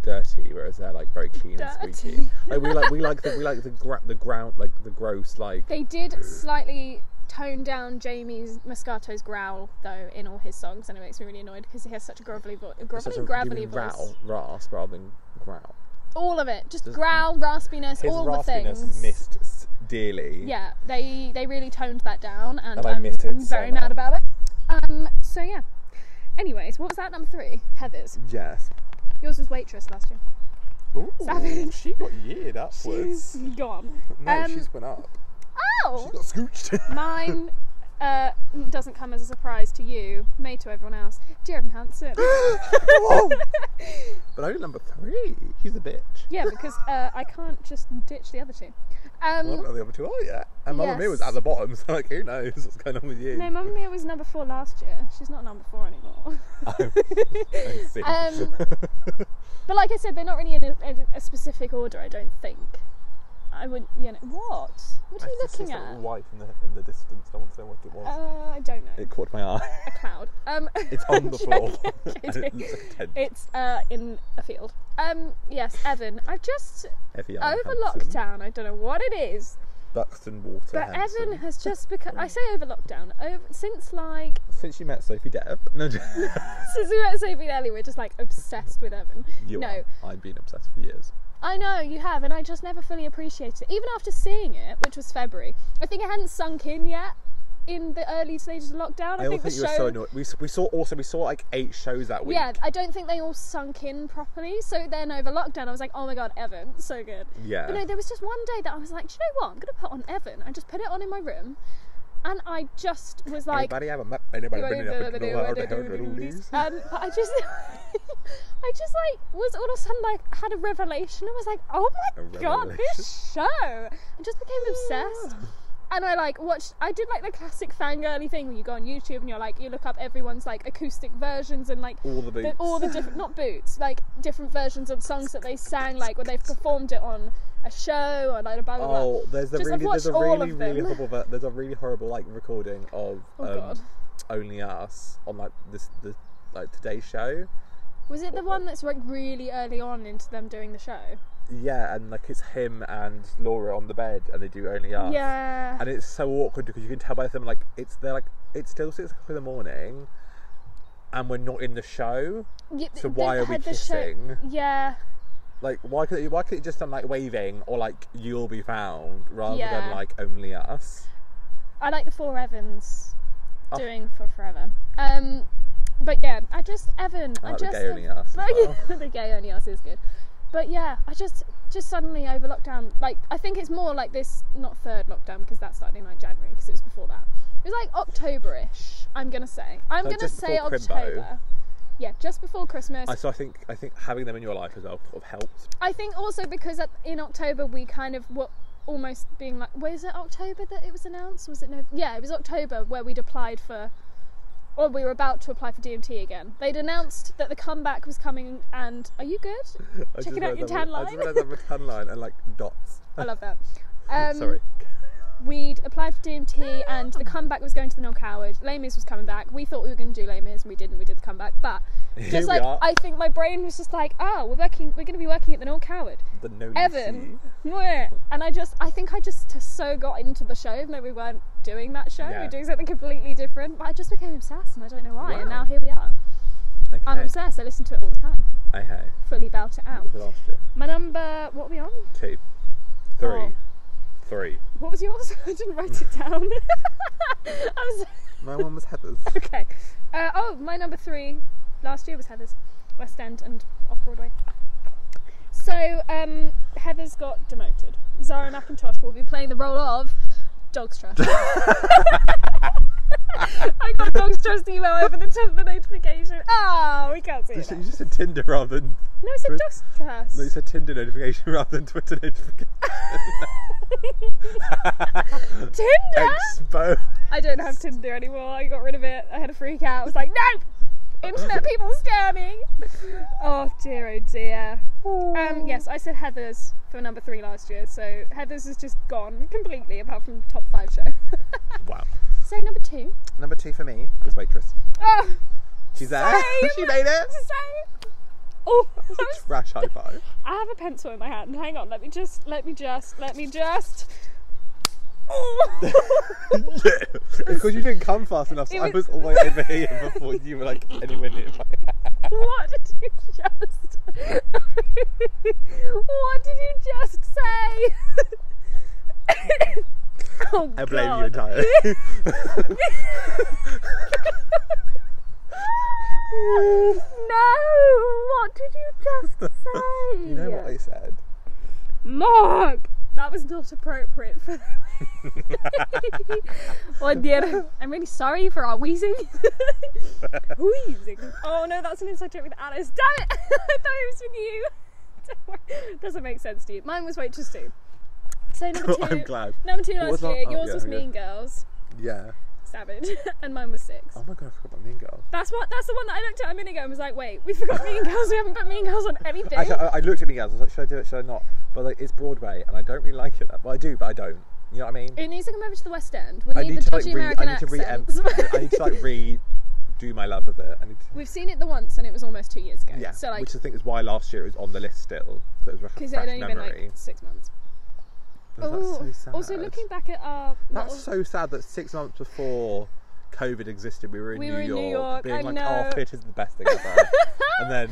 [SPEAKER 2] dirty, whereas they're like very clean
[SPEAKER 1] Dirty.
[SPEAKER 2] and squeaky. Like we like we like the we like the gra- the ground like the gross like
[SPEAKER 1] They did slightly tone down Jamie's Moscato's growl though in all his songs, and it makes me really annoyed because he has such a grovelly, vo-
[SPEAKER 2] such
[SPEAKER 1] grovelly,
[SPEAKER 2] a
[SPEAKER 1] gravelly
[SPEAKER 2] even
[SPEAKER 1] voice.
[SPEAKER 2] growl rasp rather than growl.
[SPEAKER 1] All of it, just
[SPEAKER 2] Just-
[SPEAKER 1] growl, raspiness,
[SPEAKER 2] His
[SPEAKER 1] all the
[SPEAKER 2] raspiness
[SPEAKER 1] things.
[SPEAKER 2] missed s- dearly.
[SPEAKER 1] Yeah, they they really toned that down, and,
[SPEAKER 2] And I
[SPEAKER 1] I'm
[SPEAKER 2] miss it so
[SPEAKER 1] very mad
[SPEAKER 2] much.
[SPEAKER 1] about it. Um, so yeah. Anyways, what was that number three? Heather's.
[SPEAKER 2] Yes.
[SPEAKER 1] Yours was waitress last year.
[SPEAKER 2] Ooh,
[SPEAKER 1] Savage.
[SPEAKER 2] Oh, she got yeared upwards.
[SPEAKER 1] Gone.
[SPEAKER 2] no,
[SPEAKER 1] um,
[SPEAKER 2] she's went up. She
[SPEAKER 1] Oh,
[SPEAKER 2] got scooched.
[SPEAKER 1] mine uh, doesn't come as a surprise to you, may to everyone else. Jeremy Hanson.
[SPEAKER 2] Whoa. but only number three. She's a bitch.
[SPEAKER 1] yeah, because uh, I can't just ditch the other two. Um,
[SPEAKER 2] I don't know the other two are yet. And Mamma Mia was
[SPEAKER 1] Yes.
[SPEAKER 2] at the bottom, so like who knows what's going on with you?
[SPEAKER 1] no, Mamma Mia was number four last year. She's not number four anymore.
[SPEAKER 2] I see.
[SPEAKER 1] Um, But like I said, they're not really in a, in a specific order. I don't think. I would, you know, what? What are you looking at?
[SPEAKER 2] White in the in the distance. I want to know what it was.
[SPEAKER 1] Uh, I don't know.
[SPEAKER 2] it caught my eye.
[SPEAKER 1] a cloud. Um,
[SPEAKER 2] It's on the floor. and it
[SPEAKER 1] kidding.
[SPEAKER 2] looks like a tent.
[SPEAKER 1] it's uh, in a field. Um, yes, Evan. I've just
[SPEAKER 2] Heavy
[SPEAKER 1] over
[SPEAKER 2] iron, handsome.
[SPEAKER 1] lockdown. I don't know what it is,
[SPEAKER 2] Buxton Water.
[SPEAKER 1] but
[SPEAKER 2] handsome.
[SPEAKER 1] Evan has just become. I say over lockdown. Over since like
[SPEAKER 2] Since you met Sophie Depp, no,
[SPEAKER 1] since we met Sophie and Ellie, we're just like obsessed with Evan.
[SPEAKER 2] you
[SPEAKER 1] no,
[SPEAKER 2] are. I've been obsessed for years.
[SPEAKER 1] I know you have, and I just never fully appreciated it. Even after seeing it, which was February, I think it hadn't sunk in yet in the early stages of lockdown. I,
[SPEAKER 2] I, all
[SPEAKER 1] think
[SPEAKER 2] think,
[SPEAKER 1] the
[SPEAKER 2] you
[SPEAKER 1] show.
[SPEAKER 2] were so annoyed. We, s- we saw also we saw like eight shows that week.
[SPEAKER 1] yeah, I don't think they all sunk in properly. So then over lockdown, I was like, oh my god, Evan, so good.
[SPEAKER 2] yeah.
[SPEAKER 1] But no, there was just one day that I was like, do you know what? I'm going to put on Evan. I just put it on in my room, and I just was like,
[SPEAKER 2] anybody ever met anybody been up in the world of Hercules?
[SPEAKER 1] um, but I just, I just like was all of a sudden like had a revelation. I was like, oh
[SPEAKER 2] A
[SPEAKER 1] my god, this show! I just became obsessed. And I like watched. I did like the classic fangirly thing where you go on YouTube and you're like, you look up everyone's like acoustic versions and like
[SPEAKER 2] All the boots.
[SPEAKER 1] all the different not boots like different versions of songs that they sang like when they've performed it on a show or like blah blah blah.
[SPEAKER 2] Oh, there's a
[SPEAKER 1] Just- I've
[SPEAKER 2] really, there's a
[SPEAKER 1] watched all
[SPEAKER 2] really,
[SPEAKER 1] of them.
[SPEAKER 2] really horrible, ver- there's a really horrible like recording of
[SPEAKER 1] Oh,
[SPEAKER 2] um,
[SPEAKER 1] God.
[SPEAKER 2] Only Us on like this, the like Today Show.
[SPEAKER 1] Was it the one that's like really early on into them doing the show?
[SPEAKER 2] Yeah, and like it's him and Laura on the bed, and they do Only Us.
[SPEAKER 1] Yeah.
[SPEAKER 2] And it's so awkward because you can tell by them like it's they're like it's still six o'clock in the morning, and we're not in the show.
[SPEAKER 1] Yeah,
[SPEAKER 2] So
[SPEAKER 1] they
[SPEAKER 2] why are we
[SPEAKER 1] had the show-
[SPEAKER 2] kissing?
[SPEAKER 1] Yeah.
[SPEAKER 2] Like why could why could it just done like waving or like you'll be found rather
[SPEAKER 1] Yeah.
[SPEAKER 2] than like Only Us?
[SPEAKER 1] I like the Four Evans
[SPEAKER 2] Oh.
[SPEAKER 1] doing for forever. Um, but yeah, I just Evan. I,
[SPEAKER 2] I like Oh, the
[SPEAKER 1] just
[SPEAKER 2] gay Only Us. as well.
[SPEAKER 1] the gay only us is good. But yeah, I just just suddenly over lockdown. Like I think it's more like this, not third lockdown because that started in like January because it was before that. It was like Octoberish. I'm gonna say. I'm
[SPEAKER 2] Like,
[SPEAKER 1] gonna
[SPEAKER 2] just
[SPEAKER 1] say
[SPEAKER 2] before Crimbo.
[SPEAKER 1] October. Yeah, just before Christmas.
[SPEAKER 2] I, so I think I think having them in your life as well sort of helped.
[SPEAKER 1] I think also because at, in October we kind of were almost being like, was it October that it was announced? Was it November? Yeah, it was October where we'd applied for, or we were about to apply for DMT again. They'd announced that the comeback was coming, and are you good?
[SPEAKER 2] I
[SPEAKER 1] Checking out
[SPEAKER 2] realised
[SPEAKER 1] your
[SPEAKER 2] I
[SPEAKER 1] tan
[SPEAKER 2] was- I
[SPEAKER 1] line.
[SPEAKER 2] just realised I'm a tan line and like dots. Oh,
[SPEAKER 1] I love that. Um,
[SPEAKER 2] Sorry.
[SPEAKER 1] We'd applied for DMT, and the comeback was going to the non-coward. Les Mis was coming back. We thought we were going to do Les Mis, and we didn't. We did the comeback, but
[SPEAKER 2] Here
[SPEAKER 1] just
[SPEAKER 2] we
[SPEAKER 1] like
[SPEAKER 2] are.
[SPEAKER 1] I think my brain was just like, oh, we're working. We're going to be working at the non-coward.
[SPEAKER 2] The no
[SPEAKER 1] Evan. Mwah. And I just, I think I just t- so got into the show, even though we weren't doing that show. We
[SPEAKER 2] Yeah.
[SPEAKER 1] were doing something completely different. But I just became obsessed, and I don't know why. And
[SPEAKER 2] Wow.
[SPEAKER 1] now here we are.
[SPEAKER 2] Okay.
[SPEAKER 1] I'm obsessed. I listen to it all the time
[SPEAKER 2] Okay.
[SPEAKER 1] for fully belt it out.
[SPEAKER 2] The last year.
[SPEAKER 1] My number, what are we on?
[SPEAKER 2] Two. Three.
[SPEAKER 1] Oh.
[SPEAKER 2] Three.
[SPEAKER 1] What was yours? I didn't write it down. I'm so-
[SPEAKER 2] My one was Heather's.
[SPEAKER 1] okay. Uh, oh, my number three last year was Heather's, West End and off Broadway. So um, Heather's got demoted. Zara McIntosh will be playing the role of Dog's Trust. I got Dog's Trust email over the top of the notification. Oh, we can't see
[SPEAKER 2] you
[SPEAKER 1] it.
[SPEAKER 2] said
[SPEAKER 1] now.
[SPEAKER 2] you just said Tinder rather than.
[SPEAKER 1] No, I said
[SPEAKER 2] Twi-
[SPEAKER 1] Dog's Trust.
[SPEAKER 2] No, you said Tinder notification rather than Twitter notification.
[SPEAKER 1] Tinder?
[SPEAKER 2] Expo.
[SPEAKER 1] I don't have Tinder anymore. I got rid of it. I had a freak out. I was like, no! Internet people scamming! Oh dear, oh dear. Um, yes, I said Heather's for number three last year, so Heather's is just gone completely, apart from top five show.
[SPEAKER 2] Wow.
[SPEAKER 1] so number two.
[SPEAKER 2] Number two for me was waitress.
[SPEAKER 1] Oh,
[SPEAKER 2] She's there.
[SPEAKER 1] Same.
[SPEAKER 2] she made it.
[SPEAKER 1] so. Oh, I'm s-
[SPEAKER 2] Rash high five.
[SPEAKER 1] I have a pencil in my hand. Hang on, let me just, let me just, let me just. Oh.
[SPEAKER 2] yeah. Because you didn't come fast enough, so
[SPEAKER 1] It
[SPEAKER 2] I
[SPEAKER 1] was-
[SPEAKER 2] was all the way over here before you were like anywhere near my
[SPEAKER 1] What did you just? what did you just say? oh,
[SPEAKER 2] I blame
[SPEAKER 1] God.
[SPEAKER 2] you entirely.
[SPEAKER 1] no! What did you just say?
[SPEAKER 2] you know what I said?
[SPEAKER 1] Mark, that was not appropriate for. oh dear, I'm really sorry for our wheezing. wheezing. Oh no, that's an inside joke with Alice. Damn it! I thought it was with you. Don't worry. Doesn't make sense to you. Mine was waitress too. So number two.
[SPEAKER 2] I'm glad.
[SPEAKER 1] Number two
[SPEAKER 2] What was
[SPEAKER 1] last
[SPEAKER 2] that?
[SPEAKER 1] year.
[SPEAKER 2] Oh,
[SPEAKER 1] Yours
[SPEAKER 2] yeah,
[SPEAKER 1] was
[SPEAKER 2] okay.
[SPEAKER 1] Mean Girls,
[SPEAKER 2] Yeah.
[SPEAKER 1] Savage, and mine was Six.
[SPEAKER 2] Oh my god, I forgot about Mean Girl.
[SPEAKER 1] That's what. That's the one that I looked at a minute ago and was like, wait, we forgot Mean Girls. We haven't put Mean Girls on anything.
[SPEAKER 2] Actually, I, I looked at Mean Girls. I was like, should I do it? Should I not? But like, it's Broadway, and I don't really like it. That well, I do, but I don't. You know what I mean?
[SPEAKER 1] It needs to come over to the West End. We
[SPEAKER 2] I
[SPEAKER 1] need, the
[SPEAKER 2] to like
[SPEAKER 1] dodgy
[SPEAKER 2] re. I
[SPEAKER 1] American
[SPEAKER 2] need to re.
[SPEAKER 1] accents.
[SPEAKER 2] I need to like re. Do my love of it. I need to,
[SPEAKER 1] We've seen it the once, and it was almost two years ago.
[SPEAKER 2] yeah.
[SPEAKER 1] So like,
[SPEAKER 2] which I think is why last year it was on the list still. So it was a fresh
[SPEAKER 1] because it had only
[SPEAKER 2] memory.
[SPEAKER 1] been like six months.
[SPEAKER 2] Oh, that's so
[SPEAKER 1] also
[SPEAKER 2] sad.
[SPEAKER 1] looking back at our
[SPEAKER 2] That's
[SPEAKER 1] little-
[SPEAKER 2] so sad that six months before COVID existed, we were in,
[SPEAKER 1] We
[SPEAKER 2] New,
[SPEAKER 1] were in
[SPEAKER 2] York,
[SPEAKER 1] New York,
[SPEAKER 2] being
[SPEAKER 1] I
[SPEAKER 2] like,
[SPEAKER 1] know.
[SPEAKER 2] "Our fit is the best thing ever," and then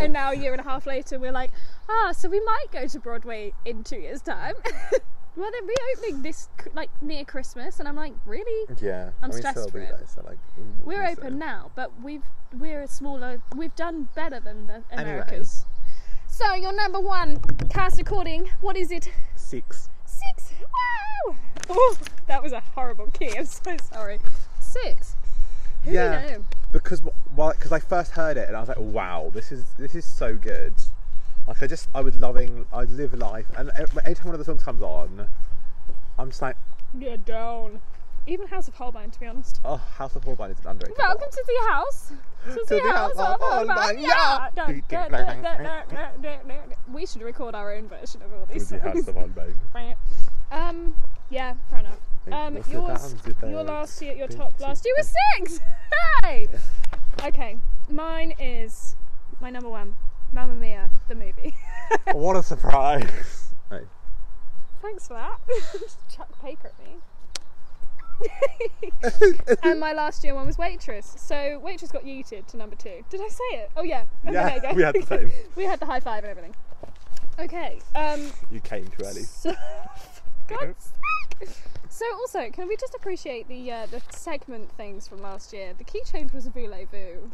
[SPEAKER 1] and now a year and a half later, we're like, ah, so we might go to Broadway in two years' time. well, they're reopening this c- like near Christmas, and I'm like, really?
[SPEAKER 2] yeah,
[SPEAKER 1] I'm
[SPEAKER 2] I mean,
[SPEAKER 1] stressed
[SPEAKER 2] still
[SPEAKER 1] for
[SPEAKER 2] be
[SPEAKER 1] it.
[SPEAKER 2] there, so, like, mm,
[SPEAKER 1] We're
[SPEAKER 2] we'll see.
[SPEAKER 1] open now, but we've we're a smaller. We've done better than the
[SPEAKER 2] Anyway.
[SPEAKER 1] Americas. So your number one cast recording. What is it?
[SPEAKER 2] Six.
[SPEAKER 1] Six. Wow. Oh, that was a horrible key. I'm so sorry. Six. Who
[SPEAKER 2] yeah,
[SPEAKER 1] knew?
[SPEAKER 2] because because I first heard it and I was like, "Wow, this is this is so good." Like I just I was loving I live life and e- anytime one of the songs comes on, I'm just like,
[SPEAKER 1] Yeah, down. Even House of Holbein, to be honest.
[SPEAKER 2] "Oh, House of Holbein is an underrated." one."
[SPEAKER 1] Welcome to the house. To the house of Holbein. Yeah. Da, da, da, da, da, da, da, da. We should record our own version of all these
[SPEAKER 2] To the House
[SPEAKER 1] songs.
[SPEAKER 2] of Holbein.
[SPEAKER 1] Um. Yeah. Fair enough. Um.
[SPEAKER 2] Let's sit
[SPEAKER 1] Yours.
[SPEAKER 2] down to the
[SPEAKER 1] Your last year. Your
[SPEAKER 2] big
[SPEAKER 1] top last year was six. Hey. Okay. Mine is my number one. Mamma Mia, the movie.
[SPEAKER 2] What a surprise! Hey.
[SPEAKER 1] Thanks for that. Just chuck paper at me. and my last year one was waitress. So waitress got yeeted to number two. Did I say it? Oh yeah. Okay,
[SPEAKER 2] Yeah,
[SPEAKER 1] there you go.
[SPEAKER 2] we had the same.
[SPEAKER 1] we had the high five and everything. Okay. Um.
[SPEAKER 2] you came too early.
[SPEAKER 1] So, God's sake. So also, can we just appreciate the uh, the segment things from last year? The key change was voulez-vous.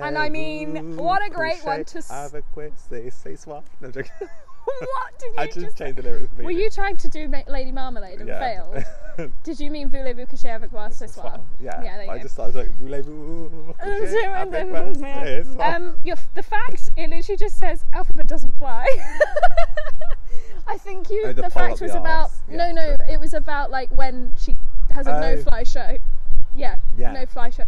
[SPEAKER 2] And
[SPEAKER 1] I mean, what a great one to s-
[SPEAKER 2] Have a quiz, say, say swap. No, I'm joking.
[SPEAKER 1] what did you
[SPEAKER 2] I just
[SPEAKER 1] just?
[SPEAKER 2] changed the lyrics.
[SPEAKER 1] Were you trying to do Ma- Lady Marmalade and failed?
[SPEAKER 2] failed?
[SPEAKER 1] Did you mean voulez-vous coucher avec moi ce soir?
[SPEAKER 2] Yeah.
[SPEAKER 1] Yeah, there you
[SPEAKER 2] I
[SPEAKER 1] go.
[SPEAKER 2] just started like, voulez-vous?
[SPEAKER 1] Um,
[SPEAKER 2] coucher
[SPEAKER 1] so-
[SPEAKER 2] avec
[SPEAKER 1] um,
[SPEAKER 2] moi,
[SPEAKER 1] yeah.
[SPEAKER 2] say soir."
[SPEAKER 1] Um, your, the fact it literally just says alphabet doesn't fly. I think you.
[SPEAKER 2] Oh,
[SPEAKER 1] the
[SPEAKER 2] the poll
[SPEAKER 1] fact
[SPEAKER 2] at the
[SPEAKER 1] was about
[SPEAKER 2] arse. Yeah,
[SPEAKER 1] no, no.
[SPEAKER 2] true.
[SPEAKER 1] It was about like when she has a no
[SPEAKER 2] Oh.
[SPEAKER 1] fly show. Yeah,
[SPEAKER 2] Yeah.
[SPEAKER 1] no fly show.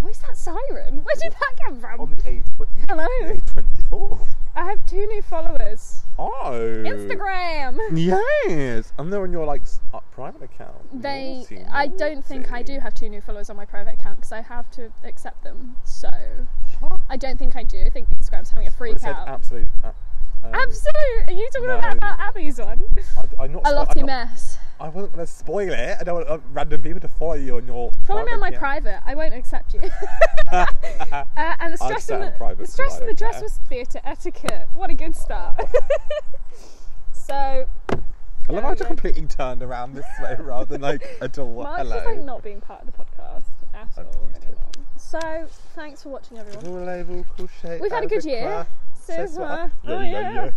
[SPEAKER 1] What is that siren? Where did that come from?
[SPEAKER 2] On the A20
[SPEAKER 1] Hello.
[SPEAKER 2] A24.
[SPEAKER 1] I have two new followers.
[SPEAKER 2] Oh.
[SPEAKER 1] Instagram.
[SPEAKER 2] Yes. And they're on your like s- uh, private account.
[SPEAKER 1] They.
[SPEAKER 2] Naughty,
[SPEAKER 1] I don't think I do
[SPEAKER 2] naughty.
[SPEAKER 1] have two new followers on my private account because I have to accept them. So
[SPEAKER 2] Huh?
[SPEAKER 1] I don't think I do. I think Instagram's having a
[SPEAKER 2] Well, it
[SPEAKER 1] freak
[SPEAKER 2] said
[SPEAKER 1] out.
[SPEAKER 2] absolute. uh, um,
[SPEAKER 1] Absolute. Are you talking
[SPEAKER 2] No.
[SPEAKER 1] about Abby's one?
[SPEAKER 2] I, I'm not
[SPEAKER 1] A
[SPEAKER 2] spo- I'm
[SPEAKER 1] lotty
[SPEAKER 2] not-
[SPEAKER 1] mess.
[SPEAKER 2] I wasn't going to spoil it. I don't want uh, random people to follow you on your.
[SPEAKER 1] Follow me on my
[SPEAKER 2] account. Ah,
[SPEAKER 1] private. I won't accept you. uh, and the stress
[SPEAKER 2] stay
[SPEAKER 1] and
[SPEAKER 2] on
[SPEAKER 1] the,
[SPEAKER 2] private
[SPEAKER 1] the
[SPEAKER 2] 'cause I
[SPEAKER 1] stress and the
[SPEAKER 2] don't
[SPEAKER 1] dress
[SPEAKER 2] care.
[SPEAKER 1] was theatre etiquette. What
[SPEAKER 2] Oh.
[SPEAKER 1] a good start. so
[SPEAKER 2] I love how I
[SPEAKER 1] Yeah.
[SPEAKER 2] just completely turned around this way rather than like a door.
[SPEAKER 1] Mark's
[SPEAKER 2] Hello.
[SPEAKER 1] just like not being part of the podcast at
[SPEAKER 2] I'm
[SPEAKER 1] all
[SPEAKER 2] deleted.
[SPEAKER 1] anymore. So thanks for watching, everyone. We've had a good year. Says
[SPEAKER 2] Sisma.
[SPEAKER 1] Ma.
[SPEAKER 2] Yeah,
[SPEAKER 1] Oh,
[SPEAKER 2] yeah,
[SPEAKER 1] yeah.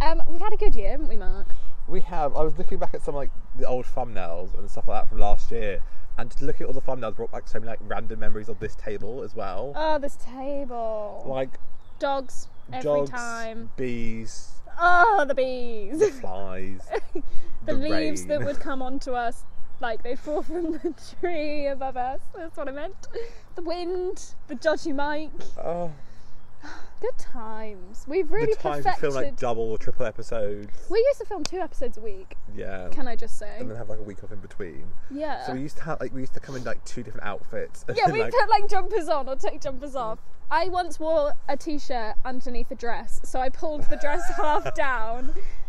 [SPEAKER 2] yeah.
[SPEAKER 1] Um, we've had a good year, haven't we, Mark?
[SPEAKER 2] We have. I was looking back at some like the old thumbnails and stuff like that from last year, and just looking at all the thumbnails brought back so many like random memories of this table as well.
[SPEAKER 1] Oh, this table.
[SPEAKER 2] like
[SPEAKER 1] Dogs every
[SPEAKER 2] dogs,
[SPEAKER 1] time.
[SPEAKER 2] bees,
[SPEAKER 1] Oh, the bees.
[SPEAKER 2] flies,
[SPEAKER 1] the, leaves that
[SPEAKER 2] rain.
[SPEAKER 1] would come onto us, like they fall from the tree above us. That's what I meant. The wind, the dodgy mic.
[SPEAKER 2] Oh,
[SPEAKER 1] Good times. We've really
[SPEAKER 2] the time to
[SPEAKER 1] perfected.
[SPEAKER 2] film like double or triple episodes.
[SPEAKER 1] we used to film two episodes a week.
[SPEAKER 2] Yeah.
[SPEAKER 1] Can I just say?
[SPEAKER 2] and then have like a week off in between.
[SPEAKER 1] Yeah.
[SPEAKER 2] So we used to have like we used to come in like two different outfits. and
[SPEAKER 1] yeah,
[SPEAKER 2] then,
[SPEAKER 1] we
[SPEAKER 2] like,
[SPEAKER 1] put like jumpers on or take jumpers off. I once wore a t-shirt underneath a dress, so I pulled the dress half down.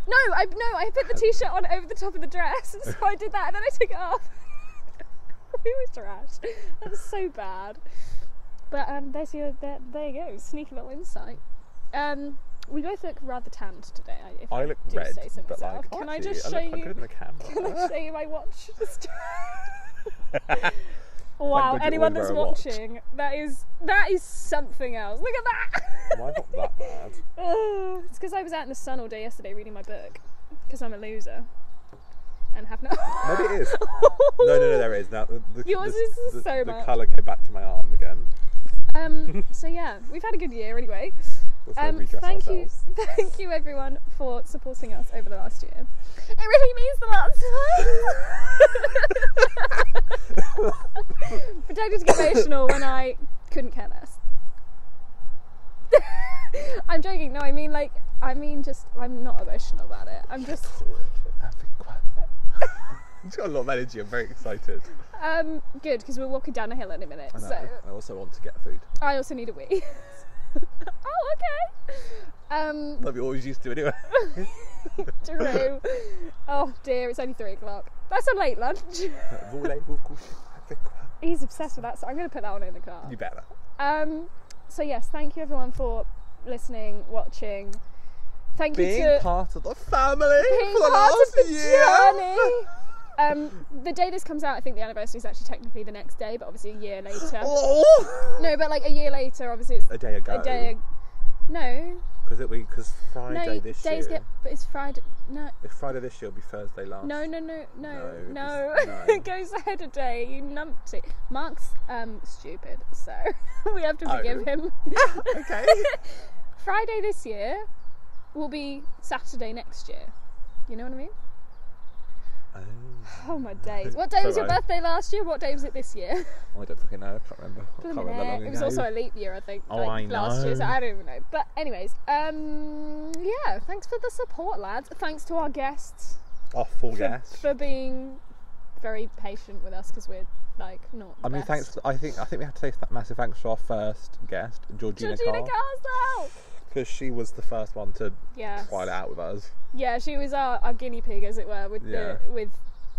[SPEAKER 1] No, I no, I put the t-shirt on over the top of the dress, so I did that, and then I took it off. we were trash. That was so bad. But um, there's your there, there you go, sneaky little insight. Um, we both look rather tanned today. I- If I,
[SPEAKER 2] I look
[SPEAKER 1] do
[SPEAKER 2] red,
[SPEAKER 1] say so
[SPEAKER 2] but
[SPEAKER 1] myself.
[SPEAKER 2] like
[SPEAKER 1] can I
[SPEAKER 2] actually,
[SPEAKER 1] just
[SPEAKER 2] look
[SPEAKER 1] show
[SPEAKER 2] quite good
[SPEAKER 1] you?
[SPEAKER 2] in the camera.
[SPEAKER 1] Can I show you my watch?
[SPEAKER 2] God
[SPEAKER 1] wow,
[SPEAKER 2] you're
[SPEAKER 1] anyone
[SPEAKER 2] all
[SPEAKER 1] that's
[SPEAKER 2] wearing a watch.
[SPEAKER 1] watching, that is that is something else. Look at that.
[SPEAKER 2] Mine's not that bad.
[SPEAKER 1] Oh, it's because I was out in the sun all day yesterday reading my book. Because I'm a loser. And have no.
[SPEAKER 2] Maybe it is. No, no, no, there is now. The, the,
[SPEAKER 1] Yours
[SPEAKER 2] the,
[SPEAKER 1] is
[SPEAKER 2] the,
[SPEAKER 1] so
[SPEAKER 2] the
[SPEAKER 1] much.
[SPEAKER 2] colour came back to my arm again.
[SPEAKER 1] Um. So yeah, we've had a good year anyway.
[SPEAKER 2] Let's go
[SPEAKER 1] Um,
[SPEAKER 2] redress
[SPEAKER 1] thank
[SPEAKER 2] ourselves.
[SPEAKER 1] you, thank you everyone for supporting us over the last year. It really means a lot to us. Pretended to get emotional when I couldn't care less. I'm joking. No, I mean like, I mean just, I'm not emotional about it. I'm just,
[SPEAKER 2] I've been quite- You've got a lot of energy. I'm very excited.
[SPEAKER 1] um, good because we're walking down a hill in a minute.
[SPEAKER 2] I know.
[SPEAKER 1] So
[SPEAKER 2] I also want to get food.
[SPEAKER 1] I also need a wee. oh, okay. Um,
[SPEAKER 2] Like we always used to anyway.
[SPEAKER 1] True. Oh dear, it's only three o'clock. That's a late lunch.
[SPEAKER 2] you
[SPEAKER 1] He's obsessed with that, so I'm going to put that one in the car.
[SPEAKER 2] better.
[SPEAKER 1] Um, so yes, thank you everyone for listening, watching. Thank you
[SPEAKER 2] Being
[SPEAKER 1] to
[SPEAKER 2] part of the family
[SPEAKER 1] being
[SPEAKER 2] for the
[SPEAKER 1] part
[SPEAKER 2] last
[SPEAKER 1] of the
[SPEAKER 2] year.
[SPEAKER 1] journey. Um, the day this comes out, I think the anniversary is actually technically the next day, but obviously a year later.
[SPEAKER 2] Oh.
[SPEAKER 1] No, but like a year later, obviously it's
[SPEAKER 2] A day ago.
[SPEAKER 1] a day. ag- No,
[SPEAKER 2] Because it because
[SPEAKER 1] no,
[SPEAKER 2] Friday this
[SPEAKER 1] days
[SPEAKER 2] year.
[SPEAKER 1] get. But it's Friday. No,
[SPEAKER 2] If Friday this year will be Thursday last.
[SPEAKER 1] No, no, no, no,
[SPEAKER 2] No,
[SPEAKER 1] no.
[SPEAKER 2] it's- no.
[SPEAKER 1] it goes ahead a day, you numpty. Mark's um, stupid, so we have to
[SPEAKER 2] Oh.
[SPEAKER 1] forgive him.
[SPEAKER 2] Okay.
[SPEAKER 1] Friday this year will be Saturday next year. You know what I mean?
[SPEAKER 2] oh,
[SPEAKER 1] Oh my days. What day was your
[SPEAKER 2] Sorry.
[SPEAKER 1] birthday last year? What day was it this year?
[SPEAKER 2] I don't fucking know. I can't remember. I can't remember long
[SPEAKER 1] Blimey,
[SPEAKER 2] ago.
[SPEAKER 1] it was also a leap year, I think.
[SPEAKER 2] Oh,
[SPEAKER 1] like,
[SPEAKER 2] I
[SPEAKER 1] Last year, so
[SPEAKER 2] know.
[SPEAKER 1] I don't even know. But anyways, um, yeah. Thanks for the support, lads. Thanks to our guests
[SPEAKER 2] Oh, full
[SPEAKER 1] for,
[SPEAKER 2] guess.
[SPEAKER 1] for being very patient with us because we're like not. the
[SPEAKER 2] I mean,
[SPEAKER 1] best.
[SPEAKER 2] thanks. I think I think we have to say that massive thanks to our first guest, Georgina,
[SPEAKER 1] Georgina
[SPEAKER 2] Carr,
[SPEAKER 1] Carswell.
[SPEAKER 2] because she was the first one to
[SPEAKER 1] Yeah.
[SPEAKER 2] try it out with us.
[SPEAKER 1] Yeah, she was our, our guinea pig, as it were, with
[SPEAKER 2] Yeah.
[SPEAKER 1] the with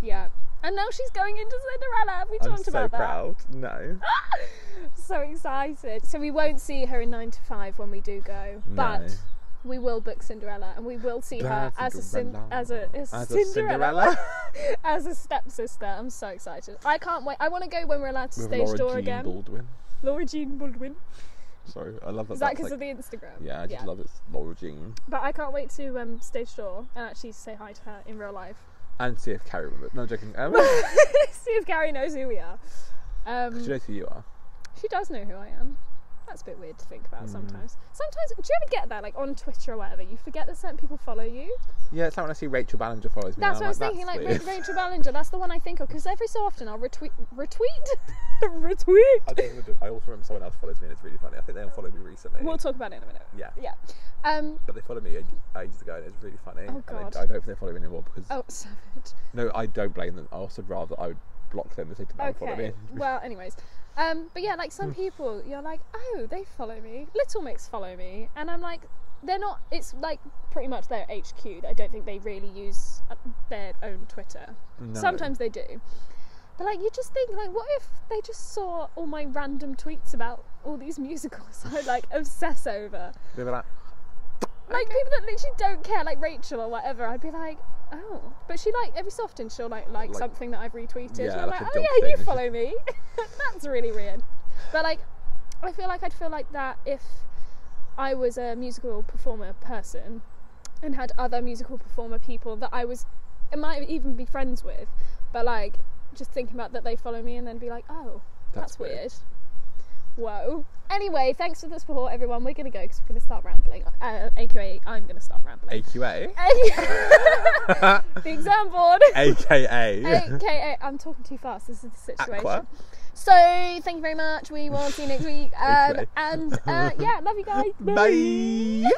[SPEAKER 1] yeah. And now she's going into Cinderella. Have We
[SPEAKER 2] I'm
[SPEAKER 1] talked
[SPEAKER 2] so
[SPEAKER 1] about
[SPEAKER 2] proud. No,
[SPEAKER 1] that. So excited. So we won't see her in nine to five when we do go, but
[SPEAKER 2] No.
[SPEAKER 1] we will book Cinderella, and we will see her
[SPEAKER 2] Bad
[SPEAKER 1] as a, cin-
[SPEAKER 2] Cinderella.
[SPEAKER 1] as a as,
[SPEAKER 2] As a
[SPEAKER 1] Cinderella,
[SPEAKER 2] Cinderella.
[SPEAKER 1] as a stepsister. I'm so excited. I can't wait. I want to go when we're allowed to
[SPEAKER 2] with
[SPEAKER 1] stage
[SPEAKER 2] Laura
[SPEAKER 1] door
[SPEAKER 2] Jean
[SPEAKER 1] again.
[SPEAKER 2] Baldwin.
[SPEAKER 1] Laura Jean Baldwin.
[SPEAKER 2] Sorry, I love that.
[SPEAKER 1] Is that
[SPEAKER 2] that's
[SPEAKER 1] because
[SPEAKER 2] like-
[SPEAKER 1] of the Instagram?
[SPEAKER 2] Yeah, I just love it. Laura Jean.
[SPEAKER 1] But I can't wait to um, stage door and actually say hi to her in real life.
[SPEAKER 2] And see if Carrie remembers. No, joking. Um,
[SPEAKER 1] See if Gary knows who we are. Um,
[SPEAKER 2] she knows who you are.
[SPEAKER 1] she does know who I am. That's a bit weird to think
[SPEAKER 2] Hmm.
[SPEAKER 1] about sometimes. Sometimes, do you ever get that, like on Twitter or whatever, you forget that certain people follow you?
[SPEAKER 2] Yeah, it's like when I see Rachel Ballinger follows me.
[SPEAKER 1] That's what
[SPEAKER 2] and I'm
[SPEAKER 1] I was thinking, like
[SPEAKER 2] that's
[SPEAKER 1] Ra-
[SPEAKER 2] weird.
[SPEAKER 1] Rachel Ballinger, that's the one I think of, because every so often I'll retweet, retweet, retweet.
[SPEAKER 2] I, think we do- I also remember someone else follows me and it's really funny. I think they unfollowed me recently.
[SPEAKER 1] We'll talk about it in a minute.
[SPEAKER 2] Yeah.
[SPEAKER 1] Yeah. Um,
[SPEAKER 2] But they followed me a- ages ago and it's really funny.
[SPEAKER 1] Oh, God.
[SPEAKER 2] And I, I don't think they follow me anymore because.
[SPEAKER 1] oh, savage.
[SPEAKER 2] No, I don't blame them. I also rather I would block them if they didn't unfollow me.
[SPEAKER 1] Okay. Well, anyways. Um, but yeah, like some people, you're like, oh, they follow me. Little Mix follow me, and I'm like, they're not. It's like pretty much their HQ. I don't think they really use uh, their own Twitter.
[SPEAKER 2] No.
[SPEAKER 1] Sometimes they do. But like you just think like what if they just saw all my random tweets about all these musicals I like obsess over.
[SPEAKER 2] They'll be like,
[SPEAKER 1] Like people that literally don't care, like Rachel or whatever, I'd be like, Oh. But she like every so often she'll like like,
[SPEAKER 2] Like-
[SPEAKER 1] something that I've retweeted.
[SPEAKER 2] Yeah,
[SPEAKER 1] and I'm
[SPEAKER 2] like
[SPEAKER 1] like, Oh
[SPEAKER 2] a dog
[SPEAKER 1] yeah,
[SPEAKER 2] thing."
[SPEAKER 1] you follow me. That's really weird. But like I feel like I'd feel like that if I was a musical performer person and had other musical performer people that I was it might even be friends with, but like just thinking about that they follow me and then be like, Oh, that's,
[SPEAKER 2] that's,
[SPEAKER 1] weird. Whoa. Anyway, thanks for the support, everyone. We're going to go because we're going to start rambling. Uh, AQA, I'm going to start rambling.
[SPEAKER 2] AQA?
[SPEAKER 1] the exam board.
[SPEAKER 2] AKA.
[SPEAKER 1] AKA, I'm talking too fast. This is the situation.
[SPEAKER 2] Aqua.
[SPEAKER 1] So, thank you very much. We will see you next week. Um,
[SPEAKER 2] Okay.
[SPEAKER 1] And uh, yeah, love you guys.
[SPEAKER 2] Bye.